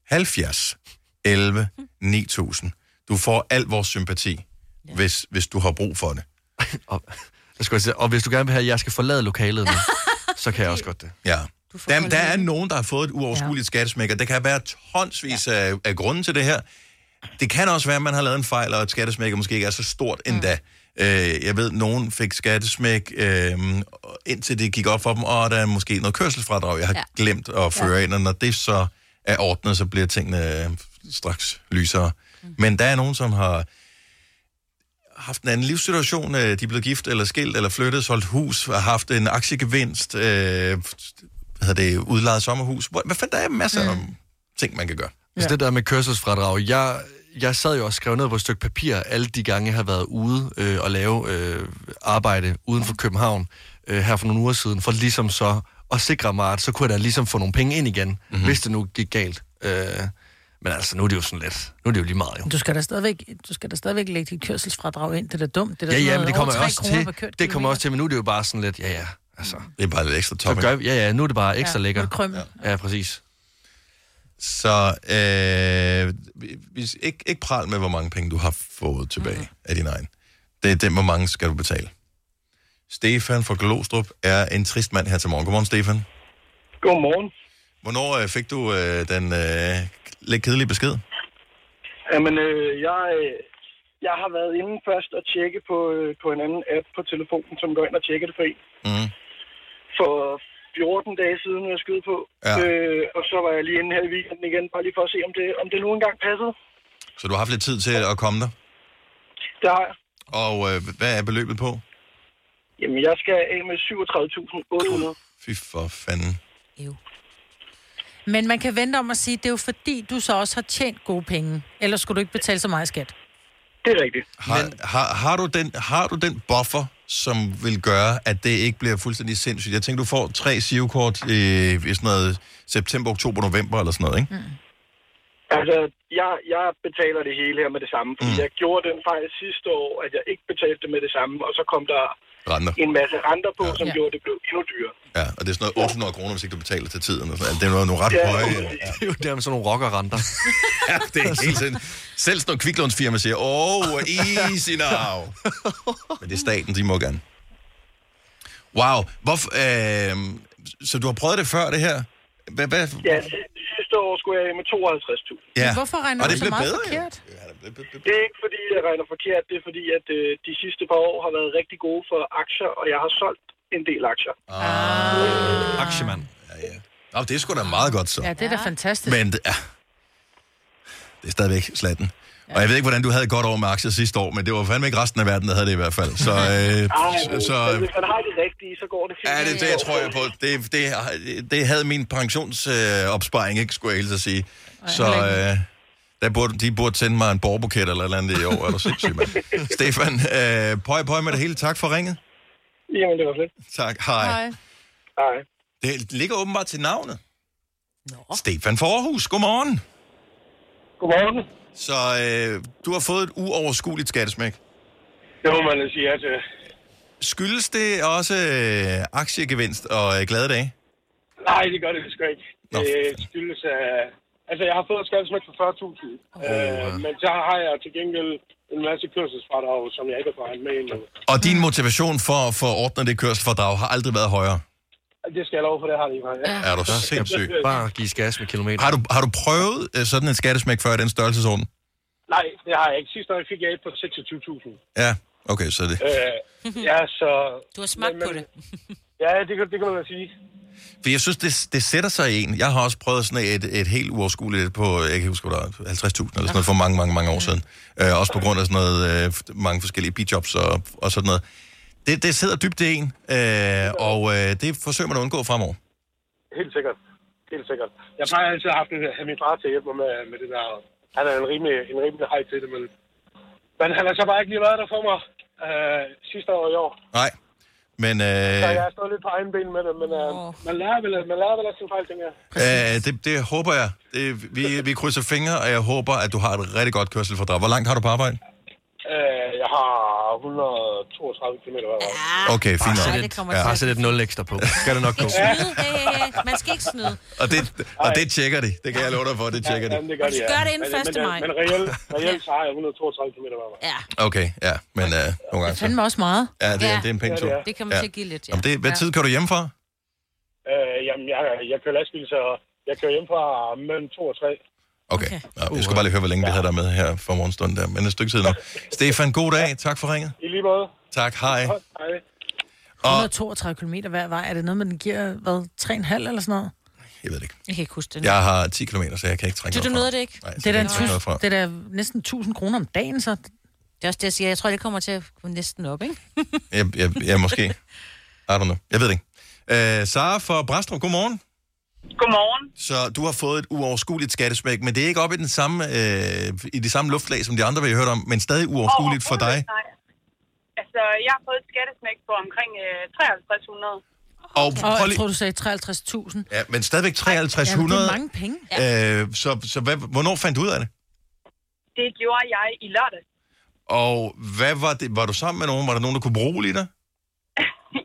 A: 70, 11, 9000. Du får al vores sympati, ja. hvis, hvis du har brug for det.
C: Jeg skulle sige, og hvis du gerne vil have, at jeg skal forlade lokalet nu, så kan jeg også godt det.
A: Ja. Der, der er nogen, der har fået et uoverskueligt ja. skattesmæk, og der kan være tonsvis af, af grunde til det her. Det kan også være, at man har lavet en fejl, og at skattesmækket måske ikke er så stort endda. Øh, jeg ved, nogen fik skattesmæk, øh, og indtil det gik op for dem, og der er måske noget kørselsfradrag, jeg har ja. glemt at føre ja. ind, og når det så er ordnet, så bliver tingene øh, straks lysere. Mm. Men der er nogen, som har haft en anden livssituation, øh, de er blevet gift eller skilt, eller flyttet, solgt hus, har haft en aktiegevinst, øh, hvad hedder det, udlejet sommerhus. Hvor- Hvad fanden, der er masser mm. af ting, man kan gøre.
C: Ja. Altså det der med kørselsfradrag, jeg, jeg sad jo og skrev ned på et stykke papir alle de gange, jeg har været ude øh, og lave øh, arbejde uden for København øh, her for nogle uger siden, for ligesom så at sikre mig, at så kunne jeg da ligesom få nogle penge ind igen, mm-hmm. hvis det nu gik galt. Øh, men altså, nu er det jo sådan lidt. Nu er det jo lige meget, jo.
B: Du skal da stadigvæk, du skal da stadigvæk lægge dit kørselsfradrag ind. Det er da dumt. Det er da
C: Ja,
B: sådan
C: ja, men
B: noget
C: det kommer
B: over
C: jeg
B: 3
C: også
B: kroner per
C: til.
B: kørt
C: Det kommer også til, men nu er det jo bare sådan lidt, ja, ja, altså.
A: Det er bare lidt ekstra
C: top. Gør, vi- ja, ja, nu er det bare ekstra
B: Ja,
C: ja,
B: nu
C: lækkert.
B: krømmel.
C: Ja. ja, præcis.
A: Så øh, vi- vi- ikke, ikke pral med, hvor mange penge du har fået tilbage mm. af din egen. Det er den, hvor mange skal du betale. Stefan fra Glostrup er en trist mand her til morgen. Godmorgen, Stefan.
G: Godmorgen.
A: Hvornår øh, fik du øh, den øh, lidt kedelige besked?
G: Jamen, øh, jeg, øh, jeg har været inde først og tjekke på, øh, på en anden app på telefonen, som går ind og tjekker det for en.
A: Mm.
G: For 14 dage siden, jeg skød på.
A: Ja.
G: Øh, og så var jeg lige inde her i weekenden igen, bare lige for at se, om det, om det nu engang passede.
A: Så du har haft lidt tid til at komme der.
G: Det har jeg.
A: Og øh, hvad er beløbet på?
G: Jamen, jeg skal af med 37.800.
A: Fy for fanden.
B: weekend. Men man kan vente om at sige, det er jo fordi, du så også har tjent gode penge. Ellers skulle du ikke betale så meget skat.
G: Det er rigtigt.
A: Har, Men... har, har, du den, har du den buffer, som vil gøre, at det ikke bliver fuldstændig sindssygt? Jeg tænker, du får tre SIO-kort øh, i sådan noget september, oktober, november eller sådan noget, ikke? Mm.
G: Altså, jeg, jeg betaler det hele her med det samme, fordi mm. jeg gjorde den fejl sidste år, at jeg ikke betalte det med det samme, og så kom der
A: Renter.
G: en masse renter på, ja. som ja. gjorde, at det blev endnu dyrere.
A: Ja, og det er sådan noget 800 kroner, hvis ikke du betaler til tiden. Og sådan. noget. Det er noget, nogle ret ja, høje... Ja.
C: Det er jo der med sådan nogle rockerrenter.
A: ja, det er helt sindssygt. Selv sådan nogle kviklånsfirma siger, oh, easy now. Men det er staten, de må gerne. Wow. Hvorfor, øh, så du har prøvet det før, det her? Hvad, hvad?
G: Ja, si- sidste år skulle jeg af med 52.000.
A: Ja. Men hvorfor regner Og du det så blev meget bedre, jo.
B: forkert?
G: Det er ikke fordi, jeg regner forkert. Det er fordi, at øh, de sidste par år har været rigtig gode for aktier, og jeg har solgt en del aktier.
A: Ah. Aktiemand. Ja, ja. Nå, det er sgu da meget godt, så.
B: Ja, det er da fantastisk.
A: Men det, ja. det er stadigvæk slatten. Og jeg ved ikke, hvordan du havde et godt år med aktier sidste år, men det var fandme ikke resten af verden, der havde det i hvert fald. Så, øh, så,
G: Ej, men
A: så
G: hvis man har det rigtige, så går det fint.
A: Ja, det, det tror jeg på. Det, det, det havde min pensionsopsparing, øh, opsparing, ikke, skulle jeg helst at sige. Så øh, der burde, de burde sende mig en borbuket eller et eller andet i år, eller sindssygt, mand. Stefan, øh, pøj, pøj med det hele. Tak for ringet.
G: Jamen, det var fedt.
A: Tak. Hej. Hej.
G: Hej.
A: Det ligger åbenbart til navnet. Nå. Stefan fra Aarhus, godmorgen.
G: Godmorgen.
A: Så øh, du har fået et uoverskueligt skattesmæk.
G: Det må man sige ja til.
A: Skyldes det også øh, aktiegevinst og øh, glade dage?
G: Nej, det gør det sgu ikke.
A: Nå.
G: Øh, skyldes af... Altså, jeg har fået et skattesmæk for 40.000, øh, men så har jeg til gengæld en masse kørselsfradrag, som jeg ikke har regnet med endnu.
A: Og din motivation for at få ordnet det kørselsfordrag har aldrig været højere.
G: Det skal jeg lov for, det har de ikke.
A: Er du sindssyg?
C: Bare give gas med kilometer.
A: Har du, har du prøvet øh, sådan en skattesmæk før i den størrelsesorden?
G: Nej, det har jeg ikke. Sidste år fik jeg et på 26.000.
A: Ja, okay, så er det.
G: Øh, ja, så...
D: Du har smagt på det.
G: ja, det kan, det kan man da sige.
A: For jeg synes, det, det sætter sig i en. Jeg har også prøvet sådan et, et helt uoverskueligt et på, jeg kan ikke huske, hvad der er, 50.000 eller sådan noget for mange, mange, mange år siden. Øh, også på grund af sådan noget, øh, mange forskellige bijobs og, og sådan noget. Det, det sidder dybt i en, øh, og øh, det forsøger man at undgå fremover.
G: Helt sikkert. Helt sikkert. Jeg plejer altid at have, haft en- have min far til at hjælpe mig med, med det der. Han er en rimelig, en rimelig hej til det, men, men han har så bare ikke lige været der for mig øh, sidste år og i år.
A: Nej, men øh,
G: Så jeg har stået lidt på egen ben med det, men øh, man, lærer vel, man lærer vel af sin fejl, tænker jeg.
A: øh, det, det håber jeg. Det, vi, vi krydser fingre, og jeg håber, at du har et rigtig godt kørselsfordrag. Hvor langt har du på arbejde?
G: Øh, jeg har 132 km hver vej.
A: Okay, fint
D: Ej,
A: nok.
D: det kommer til.
C: Bare sæt et nul ekstra på. Skal det nok gå.
D: Snyde, det, man skal ikke snyde.
A: Og det, og det tjekker de. Det kan jeg love dig for, det tjekker de.
G: Jamen, det gør de,
B: Altså,
D: Så
G: ja.
D: gør det inden
G: Men-
D: 1.
G: men-
D: maj.
G: Men reelt, reelt så har jeg 132 km hver vej.
D: Ja.
A: Okay, ja, men øh, nogle gange
B: Det
A: så.
B: fandt mig også meget.
A: Ja, det, det er en pæn tur.
B: Det kan man
A: ja.
B: til at give lidt, ja.
A: Jamen, det, hvad
B: Ja.
A: tid kører du hjemmefra?
G: Øh, jamen, jeg, jeg kører lastbil, så jeg kører hjem fra mellem 2 og 3.
A: Okay. okay. Nå, jeg skal bare lige høre, hvor længe vi havde dig med her for morgenstunden der. Men et stykke tid nok. Stefan, god dag. Tak for ringet.
G: I lige måde.
A: Tak, hej.
G: Hej.
A: Og
B: 132 km hver vej. Er det noget, med den giver, hvad, 3,5 eller sådan noget?
A: Jeg ved det ikke.
D: Jeg kan ikke huske det.
A: jeg har 10 km, så jeg kan ikke trække
B: Du, du
A: noget
B: nåede
A: fra.
B: det ikke?
A: Nej, så
B: det er da
A: jeg
B: en
A: kan ikke trække noget fra.
B: tus, det er da næsten 1000 kroner om dagen, så...
D: Det er også det, jeg siger. Jeg tror, det kommer til at gå næsten op, ikke?
A: Jeg, jeg, jeg, måske. I don't know. Jeg ved det ikke. Øh, Sara fra Brastrup, godmorgen.
V: Godmorgen.
A: Så du har fået et uoverskueligt skattesmæk, men det er ikke oppe i, den samme, øh, i de samme luftlag, som de andre, vi har hørt om, men stadig uoverskueligt for dig.
V: Nej. Altså, jeg har fået et skattesmæk på omkring øh,
A: Og
V: 5300.
B: Og
A: prøv
B: jeg
A: lige...
B: tror, du sagde 53.000.
A: Ja, men stadigvæk
B: Jamen, det
A: 5300.
B: er mange penge.
A: Øh, så så hvad, hvornår fandt du ud af det?
V: Det gjorde jeg i lørdag.
A: Og hvad var det? Var du sammen med nogen? Var der nogen, der kunne bruge i dig?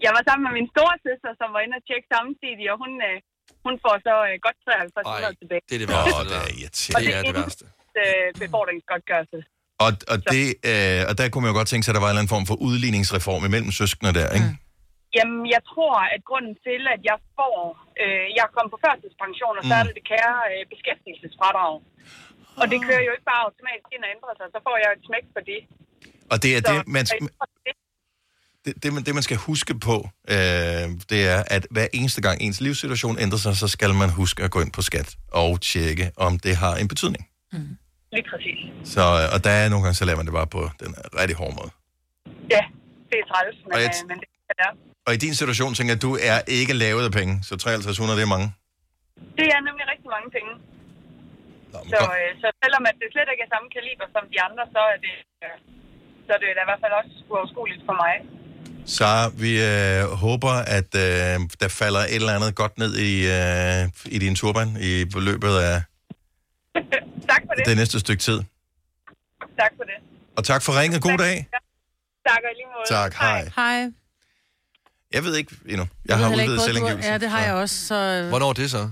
V: Jeg var sammen med min store søster, som var inde og tjekke samtidig, og hun, øh, hun får så øh, godt 5300 tilbage.
C: Det er det
A: værste.
C: Åh, det
A: er
V: og
A: irriterende.
V: det er det værste. Øh, befordringsgodtgørelse.
A: Og, og, det, øh, og der kunne man jo godt tænke sig, at der var en eller anden form for udligningsreform imellem søskende der, ikke? Mm.
V: Jamen, jeg tror, at grunden til, at jeg får, øh, jeg kom på førtidspension, og så
A: Mm.
V: er det det kære øh, beskæftigelsesfradrag. Og det kører jo ikke bare automatisk ind og ændrer sig, så får jeg et smæk for det.
A: Og det er
V: så,
A: det, man,
V: så jeg tror, det,
A: det, det, man, det, man skal huske på, øh, det er, at hver eneste gang ens livssituation ændrer sig, så skal man huske at gå ind på skat og tjekke, om det har en betydning.
V: lige præcis.
A: Så, øh, og der er nogle gange, så laver man det bare på den rigtig hårde måde.
V: Ja, det er træls, men,
A: Og jeg
V: øh,
A: t-
V: men det er der.
A: Og i din situation tænker jeg, at du er ikke lavet af penge, så 5300, det er mange.
V: Det er nemlig rigtig mange penge. så, øh, så selvom at det slet ikke er samme kaliber som de andre, så er det, øh, så er det da i hvert fald også uoverskueligt for mig.
A: Så vi øh, håber, at øh, der falder et eller andet godt ned i, øh, i din turban i løbet af
V: tak for det.
A: det næste stykke tid.
V: Tak for det.
A: Og tak for ringet. God dag.
V: Tak og i lige måde.
A: Tak. Hej.
B: Hej. Jeg
A: Jeg ved ikke endnu. Jeg har
B: ved heller ikke,
A: udvidet
B: hvor du er.
A: selvangivelse.
B: Ja, det har jeg også, så...
C: Hvornår er det så?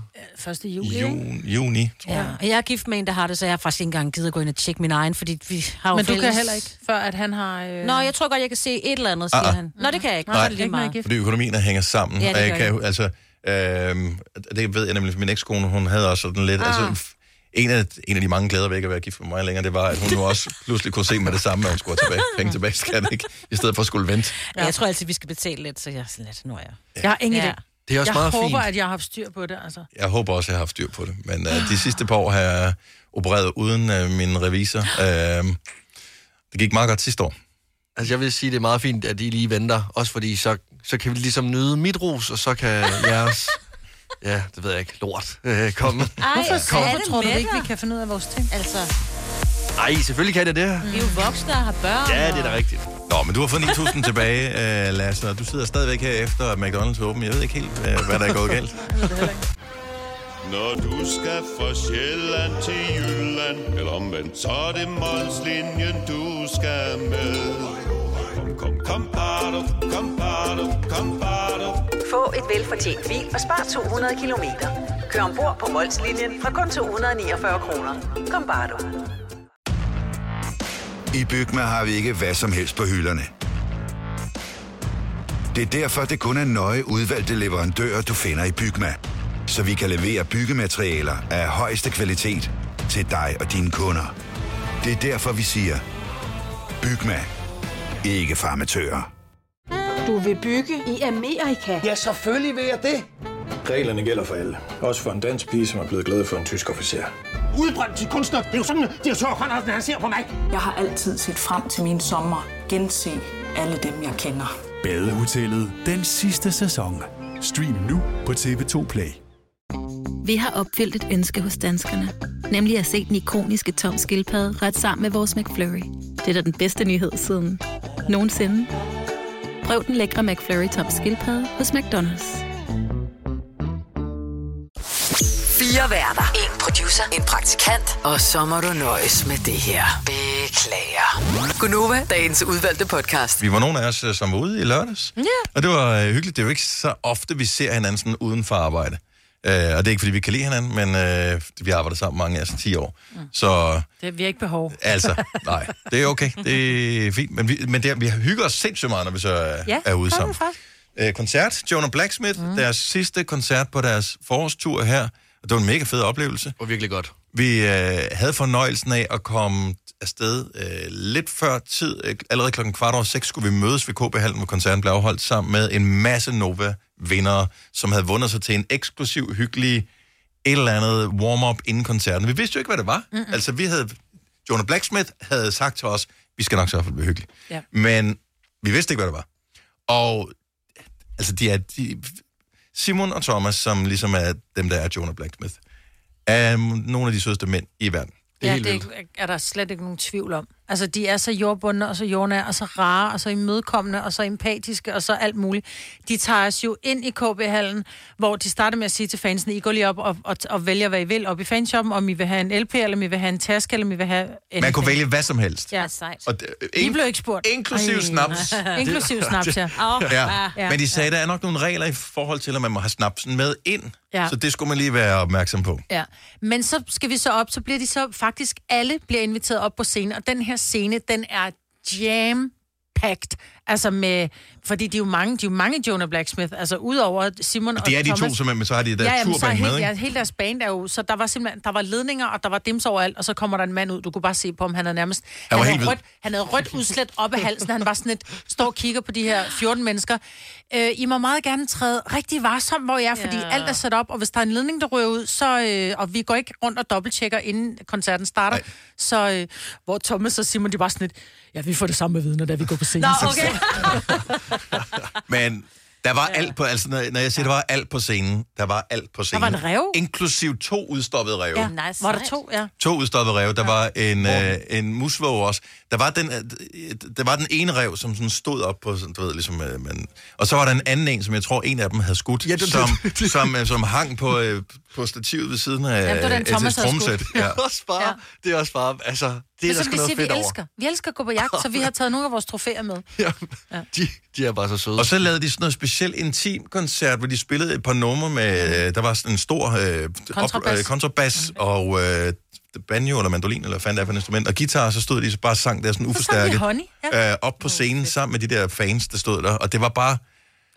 B: 1. juli, ikke?
A: Juni, juni tror jeg.
D: Ja. Og jeg er gift med en, der har det, så jeg har faktisk ikke engang givet at gå ind og tjekke min egen, fordi vi har jo
B: Men du
D: fælles...
B: kan heller ikke, før at han har... Øh...
D: Nå, jeg tror godt, jeg kan se et eller andet, siger
A: Ah, ah.
D: han. Nå, det kan jeg ikke. Nå, så er
A: Nej,
D: det lige meget.
A: fordi økonomien hænger sammen.
D: Ja, det
A: og jeg
D: gør
A: kan, jo- altså, øhm, det ved jeg nemlig, for min ekskone, hun havde også sådan lidt...
D: Ah.
A: Altså, f- en af, en af de mange glæder ved ikke at være gift med mig længere, det var, at hun nu også pludselig kunne se med det samme, at hun skulle have tilbage, penge tilbage, i skat, ikke? I stedet for at skulle vente.
D: Ja. Jeg tror altid, vi skal betale lidt, så jeg er sådan lidt, nu er jeg.
B: Jeg har ingen
D: Ja.
B: idé.
A: Det er også
B: jeg
A: meget
B: håber,
A: fint.
B: at jeg har haft styr på det, altså.
A: Jeg håber også, at jeg har haft styr på det. Men øh, de sidste par år har jeg opereret uden øh, min revisor. Øh, det gik meget godt sidste år.
C: Altså, jeg vil sige, det er meget fint, at I lige venter. Også fordi, så, så kan vi ligesom nyde mit ros, og så kan jeres... Ja, det ved jeg ikke. Lort. Øh, komme.
B: Ej, hvorfor,
C: Kom.
B: hvorfor tror du ikke, vi kan finde ud af vores ting?
D: Altså,
C: Ej, selvfølgelig kan det det.
D: vi er jo voksne og har børn.
C: Ja, det er da rigtigt.
A: Nå, men du har fået 9.000 tilbage, øh, Lasse, og du sidder stadigvæk her efter at McDonald's er åben. Jeg ved ikke helt, øh, hvad der er gået galt.
P: Når du skal fra Sjælland til Jylland, eller omvendt, så er det Molslinjen, du skal med. Kom, kom, kom, bado, kom, bado, kom, bado.
Q: Få et velfortjent bil og spar 200 kilometer. Kør ombord på Molslinjen fra kun 249 kroner. Kom bare du.
S: I Bygma har vi ikke hvad som helst på hylderne. Det er derfor, det kun er nøje udvalgte leverandører, du finder i Bygma. Så vi kan levere byggematerialer af højeste kvalitet til dig og dine kunder. Det er derfor, vi siger, Bygma. Ikke farmatører.
L: Du vil bygge i Amerika? Ja, selvfølgelig vil jeg det.
M: Reglerne gælder for alle. Også for en dansk pige, som er blevet glad for en tysk officer.
L: Udbrændt til kunstner. Det er jo sådan, at de har tørt, Andersen, han ser på mig. Jeg har altid set frem til min sommer. Gense alle dem, jeg kender.
N: Badehotellet den sidste sæson. Stream nu på TV2 Play.
U: Vi har opfyldt et ønske hos danskerne. Nemlig at se den ikoniske tom skildpadde ret sammen med vores McFlurry. Det er da den bedste nyhed siden nogensinde. Prøv den lækre McFlurry tom skildpadde hos McDonald's.
F: Fire værter. En producer. En praktikant. Og så må du nøjes med det her. Beklager. Gunova, dagens udvalgte podcast.
A: Vi var nogle af os, øh, som var ude i lørdags.
F: Ja.
A: Og det var øh, hyggeligt. Det er jo ikke så ofte, vi ser hinanden sådan uden for arbejde. Øh, og det er ikke, fordi vi kan lide hinanden, men øh, vi har arbejdet sammen mange af os i 10 år.
L: Mm.
A: Så
B: Det, vi har ikke behov.
A: altså, nej, det er okay. Det er fint. Men vi, men det, er- vi hygger os sindssygt meget, når vi så er,
B: Ja,
A: er ude
B: det er
A: sammen.
B: det faktisk.
A: Øh, koncert, Jonah Blacksmith, mm. deres sidste koncert på deres forårstur her. Og det var en mega fed oplevelse.
C: Og virkelig godt.
A: Vi øh, havde fornøjelsen af at komme afsted øh, lidt før tid. Øh, Allerede klokken kvart over seks skulle vi mødes ved KB Hallen, hvor koncerten blev afholdt sammen med en masse Nova-vindere, som havde vundet sig til en eksklusiv, hyggelig et eller andet warm-up inden koncerten. Vi vidste jo ikke, hvad det var. Mm-hmm. Altså, vi havde... Jonah Blacksmith havde sagt til os, vi skal nok sørge for, at det bliver hyggeligt.
B: Ja.
A: Men vi vidste ikke, hvad det var. Og altså, de er... De, Simon og Thomas, som ligesom er dem, der er Jonah Blacksmith, er nogle af de sødeste mænd i verden.
B: ja, det er, er der slet ikke nogen tvivl om. Altså, de er så jordbundne, og så jordnære, og så rare, og så imødekommende, og så empatiske, og så alt muligt. De tager os jo ind i KB-hallen, hvor de starter med at sige til fansene, I går lige op og, og, og vælger, hvad I vil op i fanshoppen, om I vil have en LP, eller om I vil have en taske, eller om I vil have... En
A: Man kunne vælge hvad som helst.
B: Ja, sejt.
A: Og det,
B: I blev ikke spurgt.
A: Inklusiv
B: Ej.
A: snaps.
B: Inklusiv snaps, ja.
A: Oh, ja.
B: Ja.
A: Men de sagde, at der er nok nogle regler i forhold til, at man må have snapsen med ind.
B: Ja.
A: Ja. Så det skulle man lige være opmærksom på.
B: Ja, men så skal vi så op, så bliver de så faktisk, alle bliver inviteret op på scenen, og den her scene, den er jam packed altså med, fordi de er jo mange, de er jo mange Jonah Blacksmith, altså udover Simon og,
A: Og det er de
B: Thomas.
A: to, som er men så har de deres
B: ja, jamen, så er
A: turban
B: hele,
A: med, ikke?
B: Ja, hele deres band er jo, så der var simpelthen, der var ledninger, og der var dims overalt, og så kommer der en mand ud, du kunne bare se på ham, han havde nærmest,
A: Han var
B: han,
A: helt hvid.
B: havde rødt, han havde rødt udslet op af halsen, han var sådan et, står og kigger på de her 14 mennesker. Øh, I må meget gerne træde rigtig varsom, hvor jeg er, fordi
J: Ja.
B: alt er sat op, og hvis der er en ledning, der rører ud, så, øh, og vi går ikke rundt og dobbelttjekker, inden koncerten starter, så øh, hvor Thomas og Simon, de var sådan et, ja, vi får det samme med vidner, da vi går på scenen.
J: Nå, okay.
A: Men der var alt på, altså når, når jeg siger, der var alt på scenen, der var alt på scenen.
B: var en ræve.
A: Inklusiv to udstoppede ræve.
B: Ja,
A: Ja.
B: nice, var der to, ja.
A: To udstoppede ræve. Der var en, øh, en musvåg også. Der var, den, øh, der var den ene ræv, som sådan stod op på, sådan, du ved, ligesom, øh, man, og så var der en anden en, som jeg tror, en af dem havde skudt, ja,
C: det-
A: som, som, øh, som hang på, øh, på stativet ved siden af
B: Ja, det var den,
A: øh, et- et
B: Thomas havde
A: tromsæt.
B: skudt.
A: Ja.
B: Ja.
C: Også bare, ja. det er også bare, altså, det er
B: Men
C: der
B: så
C: sgu
B: vi
C: noget
B: sige, vi
C: fedt over.
B: elsker. Vi elsker at gå på jagt, så vi har taget nogle af vores trofæer med.
C: De, de er bare så søde.
A: Og så lavede de sådan noget specielt intim koncert, hvor de spillede et par numre med, øh, der var sådan en stor øh,
B: Kontrabas.
A: øh, kontrabas og øh, banjo eller mandolin, eller hvad fanden det er for et instrument, og guitar, og så stod de så bare og sang der sådan
B: Så sang de
A: uforstærket
B: Honey,
A: ja. øh, op på scenen sammen med de der fans, der stod der, og det var bare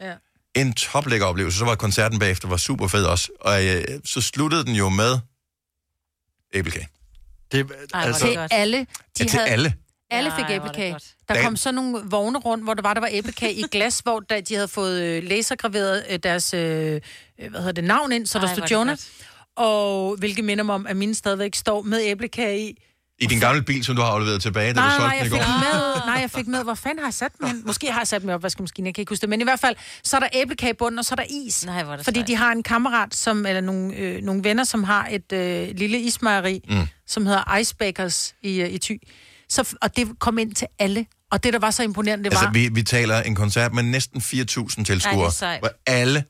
B: Ja.
A: en toplækker oplevelse. Så var koncerten bagefter var super fed også, og øh, så sluttede den jo med æblekage.
C: Det,
B: Ej, altså, til alle. De
A: Ja, til alle.
B: Alle fik
J: Ej, hvor er det
B: æblekage.
J: godt.
B: Der
A: Dan-
B: kom så nogle vogne rundt, hvor der var, der var æblekage i glas, hvor der, de havde fået øh, lasergraveret øh, deres øh, øh, hvad hedder det, navn ind, så der
J: Ej, hvor
B: stod
J: er det
B: Jonah. Og hvilket minder mig om, at mine stadigvæk står med æblekage i.
A: I din gamle bil, som du har afleveret tilbage, da du
B: Nej, nej,
A: solgte den
B: jeg
A: i
B: fik
A: går.
B: med. Nej, jeg fik med. Hvor fanden har jeg sat den? hen? Måske har jeg sat den op, hvad skal maskinen, jeg kan ikke huske det. Men i hvert fald, så er der æblekage i bunden, og så er der is. Nej,
D: hvor er det
B: fordi de har en kammerat, som, eller nogle, øh, nogle venner, som har et øh, lille ismejeri, mm.
J: Mm.
B: som hedder Icebakers i, øh, i Thy. Så, f- og det kom ind til alle. Og det, der var så imponerende, det
A: altså,
B: var...
A: vi, vi taler en koncert med næsten 4.000
B: Ej, det
A: tilskuere,
B: er sejt.
A: hvor alle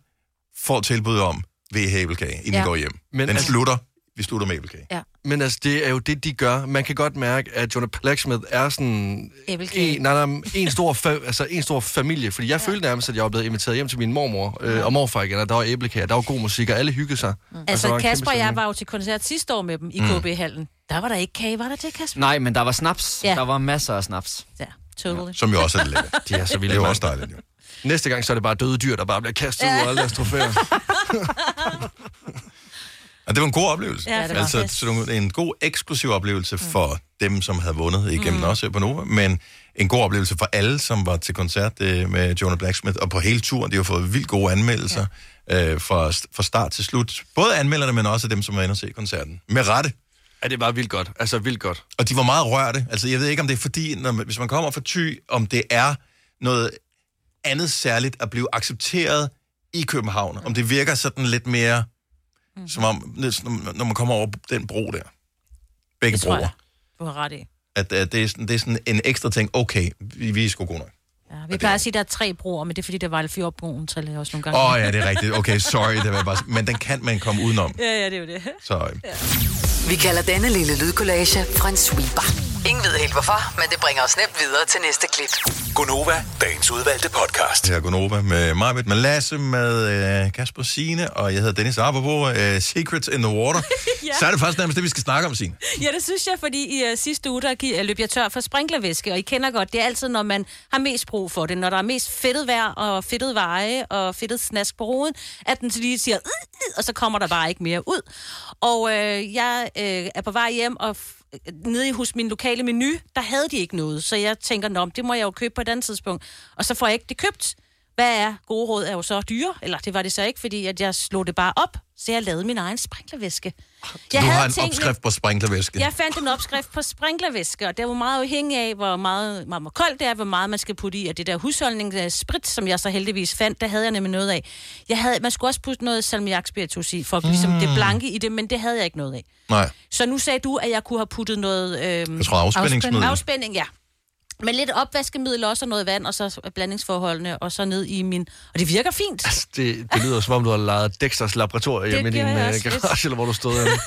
A: får tilbud om ved hæbelkage, inden ja.
B: Ja.
A: de går hjem.
C: Men
A: Men den
C: altså-
A: slutter Vi slutter mæbelkage.
D: Ja.
C: Men altså, det er jo det, de gør. Man kan godt mærke, at Jonah Plexmith er sådan...
D: Æblekage.
C: En, nej, nej, en, stor fa- altså, en stor familie. Fordi jeg ja. følte nærmest, at jeg var blevet inviteret hjem til min mormor øh, og morfar igen, og der var æblekager, der var god musik, og alle hyggede sig. Mm.
D: Altså, Kasper og jeg var jo til koncert sidste år med dem i
E: Mm.
D: KB-hallen. Der var der ikke kage, var der det, Kasper?
E: Nej, men der var snaps.
D: Ja.
E: Ja. Der var masser af snaps.
D: Ja, totally.
A: Som jo også er lidt lækkert.
C: De er så vilde.
A: Det er jo
C: mand.
A: også dejligt, jo.
C: Næste gang, så er det bare døde dyr, der bare bliver kastet ud
D: Ja.
C: af alle deres trofæer.
A: Og det var en god oplevelse.
D: Ja, det var
A: altså,
D: fedt. Mm.
A: så det var en god eksklusiv oplevelse for dem, som havde vundet igennem mm. også på Nova, men en god oplevelse for alle, som var til koncert øh, med Jonah Blacksmith, og på hele turen, de har fået vildt gode anmeldelser ja. øh, fra, fra start til slut. Både anmelderne, men også dem, som var inde og se koncerten. Med rette.
C: Ja, det var vildt godt. Altså, vildt godt.
A: Og de var meget rørte. Altså, jeg ved ikke, om det er fordi, når, man- hvis man kommer fra Thy, om det er noget andet særligt at blive accepteret i København. Om det virker sådan lidt mere,
D: Mhm.
A: mm. som om, lidt sådan, når- når man kommer over den bro der. Begge
D: tror
A: broer.
D: jeg. Du har ret i.
A: At, at det, er sådan, det er sådan en ekstra ting. Okay, vi, vi er sgu gode nok.
D: Ja, vi plejer at sige, at der er tre broer, men det er fordi, der var Fjordbroen til også nogle gange.
A: Åh oh, ja, det er rigtigt. Okay, sorry. Det var bare, sådan- men den kan man komme udenom.
D: Ja, ja, det er jo det.
A: Så, øh.
F: Vi kalder denne lille lydkollage en sweeper. Ingen ved helt hvorfor, men det bringer os nemt videre til næste klip.
A: Gonova, dagens udvalgte podcast. Her er Gonova med Marvitt, med Lasse, med øh, Kasper Sine og jeg hedder Dennis Apropos, øh, Secrets in the Water.
D: Ja.
A: ja. Så er det faktisk nærmest det, vi skal snakke om, Signe.
D: Ja, det synes jeg, fordi i uh, sidste uge, der gi- øh, løb jeg tør for sprinklervæske, og I kender godt, det er altid, når man har mest brug for det. Når der er mest fedtet vejr og fedtet veje og fedtet snask på roden, at den lige siger, "Id, id", og så kommer der bare ikke mere ud. Og øh, jeg øh, er på vej hjem, og f- øh, nede i- hos min lokale menu, der havde de ikke noget. Så jeg tænker, nå, men det må jeg jo købe på et andet tidspunkt. Og så får jeg ikke det købt. Hvad er gode råd er jo så dyre, eller det var det så ikke, fordi at jeg slog det bare op, så jeg lavede min egen sprinklervæske.
A: Jeg Ah, du har en opskrift på sprinklervæske.
D: Jeg fandt en opskrift på sprinklervæske, og det var meget afhængig af, hvor meget, meget, hvor koldt det er, hvor meget man skal putte i, og det der husholdningssprit, som jeg så heldigvis fandt, der havde jeg nemlig noget af. Jeg havde, man skulle også putte noget salmiak spiritus i, for mm. ligesom
C: Ah.
D: det blanke i det, men det havde jeg ikke noget af.
A: Nej.
D: Så nu sagde du, at jeg kunne have puttet noget... Øhm,
A: Jeg tror, afspændingsmiddel.
D: Afspænding, ja. Men lidt opvaskemiddel også, og noget vand, og så blandingsforholdene, og så ned i min... Og det virker fint.
C: Altså, det, det lyder som om, du har lejet Dexters laboratorium
D: Det
C: hjemme i din
D: gjorde jeg
C: øh,
D: også lidt.
C: garage, eller hvor du stod henne.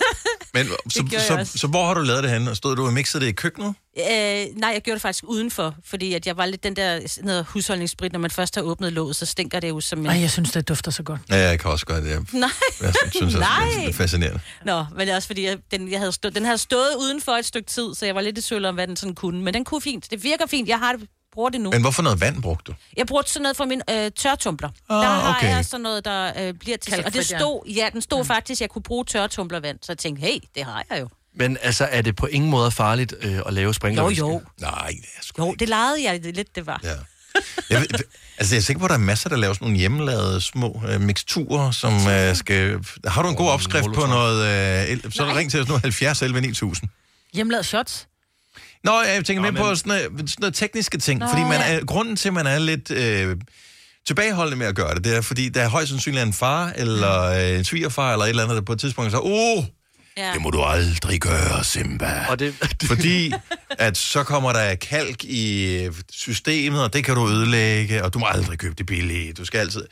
A: Men så,
D: gjorde jeg
A: så,
D: også.
A: så, så, hvor har du lavet det henne? Stod du og mixede det i køkkenet?
D: Øh, nej, jeg gjorde det faktisk udenfor, fordi at jeg var lidt den der sådan noget husholdningssprit, når man først har åbnet låget, så stinker det jo som en...
B: Ej, jeg synes, det dufter så godt.
A: Ja, jeg kan også gøre det. Jeg,
D: Nej.
A: jeg synes, også, det er
D: nej.
A: lidt fascinerende.
D: Nå, men det er også fordi, jeg, den, jeg havde stå, den havde stået udenfor et stykke tid, så jeg var lidt i tvivl om, hvad den sådan kunne. Men den kunne fint. Det virker fint. Jeg har det, bruger det nu.
A: Men hvorfor noget vand brugte du?
D: Jeg brugte sådan noget fra min øh, tørtumbler.
A: Ah,
D: der har
A: okay.
D: jeg sådan noget, der øh, bliver til... Og det
B: Kalkfrit, ja.
D: stod, ja, den stod faktisk, at jeg kunne bruge tørtumblervand. Så jeg tænkte, hey, det har jeg jo.
C: Men altså, er det på ingen måde farligt øh, at lave sprinklervæske?
D: Jo, jo.
A: Nej, det er sgu
D: Jo, det legede jeg lidt, det var.
A: Ja. Jeg, ved, altså, jeg er sikker på, at der er masser, der laver sådan nogle hjemmelavede små øh, miksturer, som øh, skal... Har du en god opskrift på noget... Øh, el- så ring til os nu 70 11 9000.
B: Hjemlavet shots?
A: Nå, ja, jeg tænker mere på sådan noget, sådan noget tekniske ting,
B: Nå,
A: Nå, fordi man
B: ja.
A: er, grunden til, at man er lidt øh, tilbageholdende med at gøre det, det er, fordi der er højst sandsynligt en far, eller øh, en svigerfar, eller et eller andet, der på et tidspunkt så, åh, oh,
D: Ja.
A: det må du aldrig gøre, Simba.
C: Og det...
A: Fordi at så kommer der kalk i øh, systemet, og det kan du ødelægge, og du må aldrig købe det billige. Du skal altid...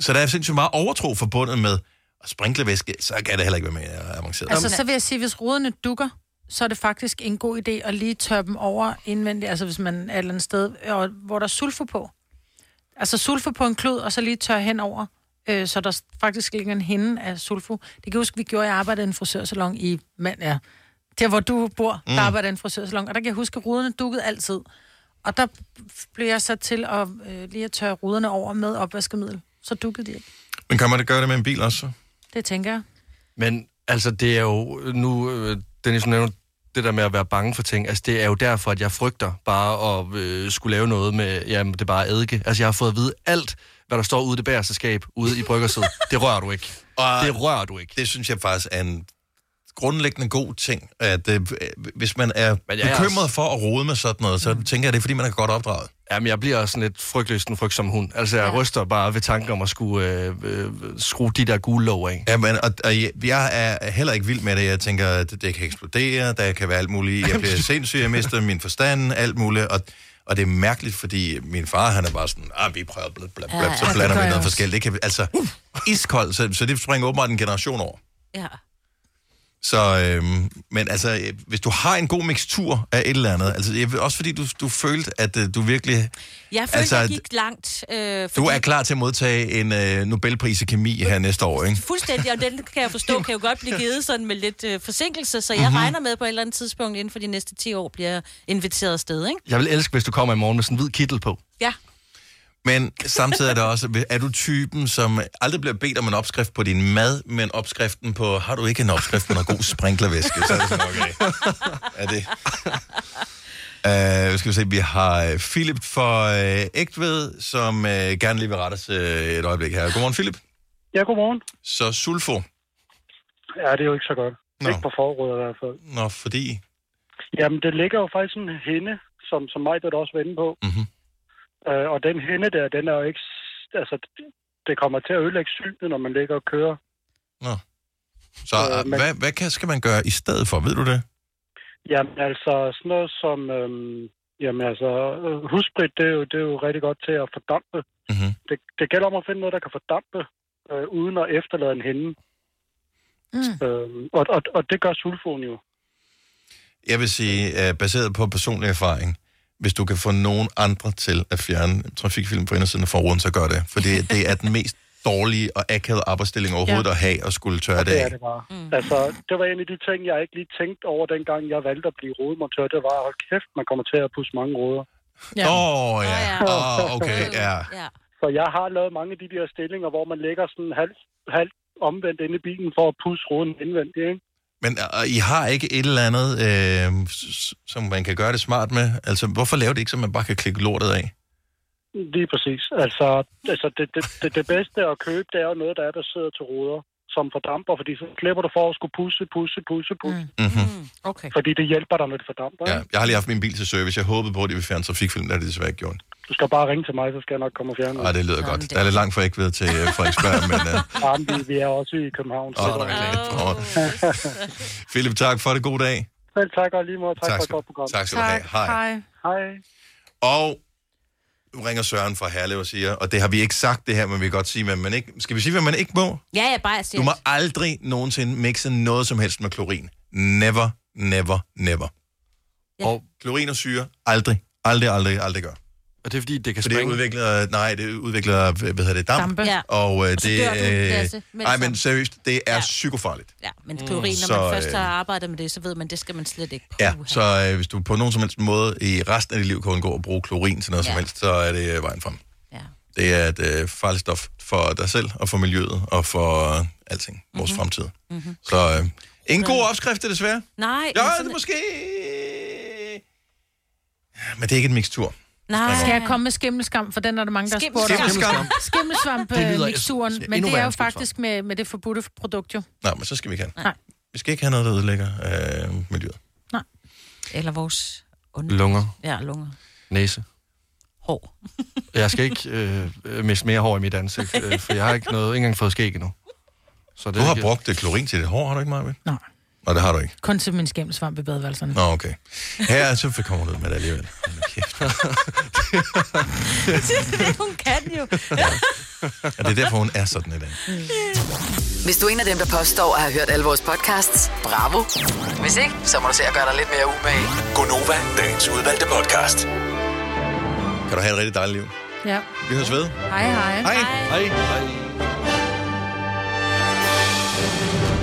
A: Så der er sindssygt meget overtro forbundet med at sprinklervæske, så kan det heller ikke være mere avanceret.
B: Altså, så vil jeg sige, hvis ruderne dukker, så er det faktisk en god idé at lige tørre dem over indvendigt, altså hvis man er et eller andet sted, og, hvor der er sulfo på. Altså sulfo på en klud, og så lige tørre hen over, øh, så der s- faktisk ligger en hinde af sulfo. Det kan jeg huske, vi gjorde, jeg arbejdede i en frisørsalon i mand, ja. Der, hvor du bor, der
J: Mm.
B: arbejder i en frisørsalon, og der kan jeg huske, at ruderne dukkede altid. Og der blev jeg sat til at øh, lige at tørre ruderne over med opvaskemiddel. Så dukkede de ikke.
A: Men kan man da gøre det med en bil også?
B: Det tænker jeg.
C: Men altså, det er jo nu, øh, Dennis, du nævner det der med at være bange for ting. Altså, det er jo derfor, at jeg frygter bare at øh, skulle lave noget med, jamen, det er bare eddike. Altså, jeg har fået at vide alt, hvad der står ude i det bagerste skab, ude i bryggersiden. Det rører du ikke.
A: Og
C: det rører du ikke.
A: Det synes jeg faktisk er en grundlæggende god ting, at øh, hvis man er
C: Men jeg er Mm.
A: bekymret for at rode med sådan noget, så tænker jeg, det er, fordi man er godt opdraget.
C: Jamen, jeg bliver også sådan lidt frygtløs, en frygtsom hund. Altså, jeg ja. ryster bare ved tanken om at skulle øh, øh, skrue de der gule låg af.
A: Ja, men, og, og jeg- jeg er heller ikke vild med det. Jeg tænker, at det kan eksplodere, der kan være alt muligt. Jeg bliver sindssyg, jeg mister min forstand, alt muligt. Og, og det er mærkeligt, fordi min far, han er bare sådan, ah, vi prøver, bla, bla, bla,
D: Ja, ja,
A: så
D: det gør
A: blander vi
D: jeg
A: noget
D: også.
A: forskelligt. Det kan, altså, iskold, så, så det springer åbenbart en generation over.
D: Ja.
A: Så, øhm, men altså, øh, hvis du har en god mixtur af et eller andet, altså, jeg, ved- også fordi du, du følte, at øh, du virkelig...
D: Jeg følte, altså, jeg gik langt. Øh,
A: Du er klar til at modtage en øh, Nobelpris i kemi her næste år, ikke?
D: Fuldstændig, og den kan jeg forstå, kan jo godt blive givet sådan med lidt øh, forsinkelse, så jeg
A: Mhm.
D: mm-hmm. regner med på et eller andet tidspunkt inden for de næste 10 år bliver jeg inviteret afsted, ikke?
C: Jeg vil elske, hvis du kommer i morgen med sådan en hvid kittel på.
D: Ja.
A: Men samtidig er det også, er du typen, som aldrig bliver bedt om en opskrift på din mad, men opskriften på, har du ikke en opskrift på noget god sprinklervæske? Så er det sådan, okay. Er det? Uh, skal vi se, vi har øh, Philip fra uh, Ægtved, som uh, gerne lige vil rette os uh, et øjeblik her. Godmorgen, Philip.
J: Ja, godmorgen.
A: Så sulfo.
J: Ja, det er jo ikke så godt.
A: Nå.
J: Ikke på forrådet i hvert fald.
A: Nå, fordi...
J: Jamen, det ligger jo faktisk en hende, som, som mig, der også var inde på.
A: Mm-hmm.
J: Øh, og den hende der, den er jo ikke... s- Altså, det- det kommer til at ødelægge synet, når man ligger og kører.
A: Så
J: Øh,
A: uh, hvad, hvad kan, skal man gøre i stedet for? Ved du det?
J: Jamen, altså, sådan noget som... Øhm, jamen, altså, øh, hussprit, det er, jo, det er jo rigtig godt til at fordampe.
A: Mm-hmm.
J: Det, det gælder om at finde noget, der kan fordampe, øh, uden at efterlade en hende.
B: Mm.
J: Øhm, og, og, og det gør sulfon jo.
A: Jeg vil sige, uh, baseret på personlig erfaring, hvis du kan få nogen andre til at fjerne trafikfilm på indersiden af forruden, så gør det. For det, det er den mest dårlige og akavede arbejdsstilling overhovedet ja.
J: Ja.
A: at have og skulle tørre det
J: Det er
A: af.
J: det bare. Mm. Altså, det var en af de ting, jeg ikke lige tænkte over, dengang jeg valgte at blive rodemontør. Det var, hold kæft, man kommer til at pusse mange råder.
A: Åh, oh, ja. Åh, oh, okay, ja.
D: Øh, ja.
J: Så jeg har lavet mange af de der stillinger, hvor man ligger sådan halvt halv omvendt inde i bilen for at pusse roden indvendigt, ikke?
A: Men øh, og I har ikke et eller andet, øh, s- som man kan gøre det smart med? Altså, hvorfor lave det ikke, så man bare kan klikke lortet af?
J: Lige præcis. Altså, altså det, det, det, det bedste at købe, det er jo noget, der er baseret til ruder, som fordamper, fordi så slipper du for at skulle pusse, pusse, pusse, pusse. Mm.
A: Mm-hmm.
J: Okay. Fordi det hjælper dig, når det fordamper.
A: Ja,
J: ikke?
A: jeg har lige haft min bil til service. Jeg håbede på, at de ville fjerne trafikfilm, der er det desværre ikke gjort.
J: Du skal bare ringe til mig, så skal jeg nok komme og fjerne
A: Ej, det lyder godt. Mm. Der er lidt langt fra ikke ved til øh, Frederiksberg, men... Øh,
J: Jamen, vi, vi er også i København.
A: Åh, der er reklame. Philip, tak for det. God dag.
J: Selv tak, og lige måde. Tak,
A: Tak
J: tak for et
A: skal-
J: godt program.
A: tak skal du have. Hej.
J: Hej.
A: Og nu ringer Søren fra Herlev og siger, og det har vi ikke sagt det her, men vi kan godt sige, hvad man ikke... Skal vi sige, hvad man ikke må?
D: Ja, ja, bare altså,
A: Du må aldrig nogensinde mixe noget som helst med klorin. Never, never, never.
D: Ja.
A: Og klorin og syre, aldrig, aldrig, aldrig, aldrig gør.
C: Og det er fordi, det kan
A: Fordi det
C: sprænge.
A: udvikler, nej, det udvikler, hvad hedder det, damp.
D: Dampe. Ja.
A: Og, øh,
D: Og så
A: det,
D: dør du, Lasse, med det
A: nej,
D: samme.
A: men seriøst, det er ja. psykofarligt.
D: Ja, men klorin,
A: Mm.
D: når man
A: Så,
D: først
A: øh,
D: har arbejdet med det, så ved man, det skal man slet ikke.
A: Ja, så øh, hvis du på nogen som helst måde i resten af dit liv kan undgå at bruge klorin til noget ja. som helst, så er det øh, vejen frem. Ja. Det er et øh, farligt stof for dig selv og for miljøet og for øh, alting, vores mm-hmm. fremtid. Mm-hmm. Så øh, ingen god opskrift, desværre.
D: Nej.
A: Ja,
D: men
A: det måske... Men det er ikke et mixtur.
B: Nej. Skal jeg komme med skimmelskamp, for den er der mange, der
D: Skimmel-
B: spurgte om.
A: Skimmelskamp.
B: Skimmelsvamp
A: Det lyder-
B: øh, miksturen,
A: Ja,
B: men
A: endnu
B: det er
A: værre
B: jo
A: end skimmelsvamp.
B: faktisk med, med det forbudte produkt jo.
A: Nej, men så skal vi ikke have
B: Nej.
A: Vi skal ikke have noget, der ødelægger øh, miljøet.
D: Eller vores... onde-
C: Lunger,
D: Ja, lunger.
C: næse.
D: Hår.
C: jeg skal ikke øh, øh, miste mere hår i mit ansigt, øh, for jeg har ikke, noget, ikke engang fået skæg endnu. Så det
A: Du har
C: ikke-
A: brugt øh, klorin til dit hår, har du ikke, Marvind?
B: Nej.
A: Nej, det har du ikke.
B: Kun til min skimmelsvamp i badeværelserne.
A: Nå, okay. Her så kommer hun ud med det alligevel. Hold nu kæft.
D: det, hun kan jo.
A: Og det er derfor, hun er sådan i dag.
F: Hvis du er en af dem, der påstår at have hørt alle vores podcasts, bravo. Hvis ikke, så må du se at gøre dig lidt mere umage.
A: Gonova, dagens udvalgte podcast. Kan du have et rigtig dejligt liv.
B: Ja.
A: Vi høres ved.
B: Hej, hej.
A: Hej. Hej.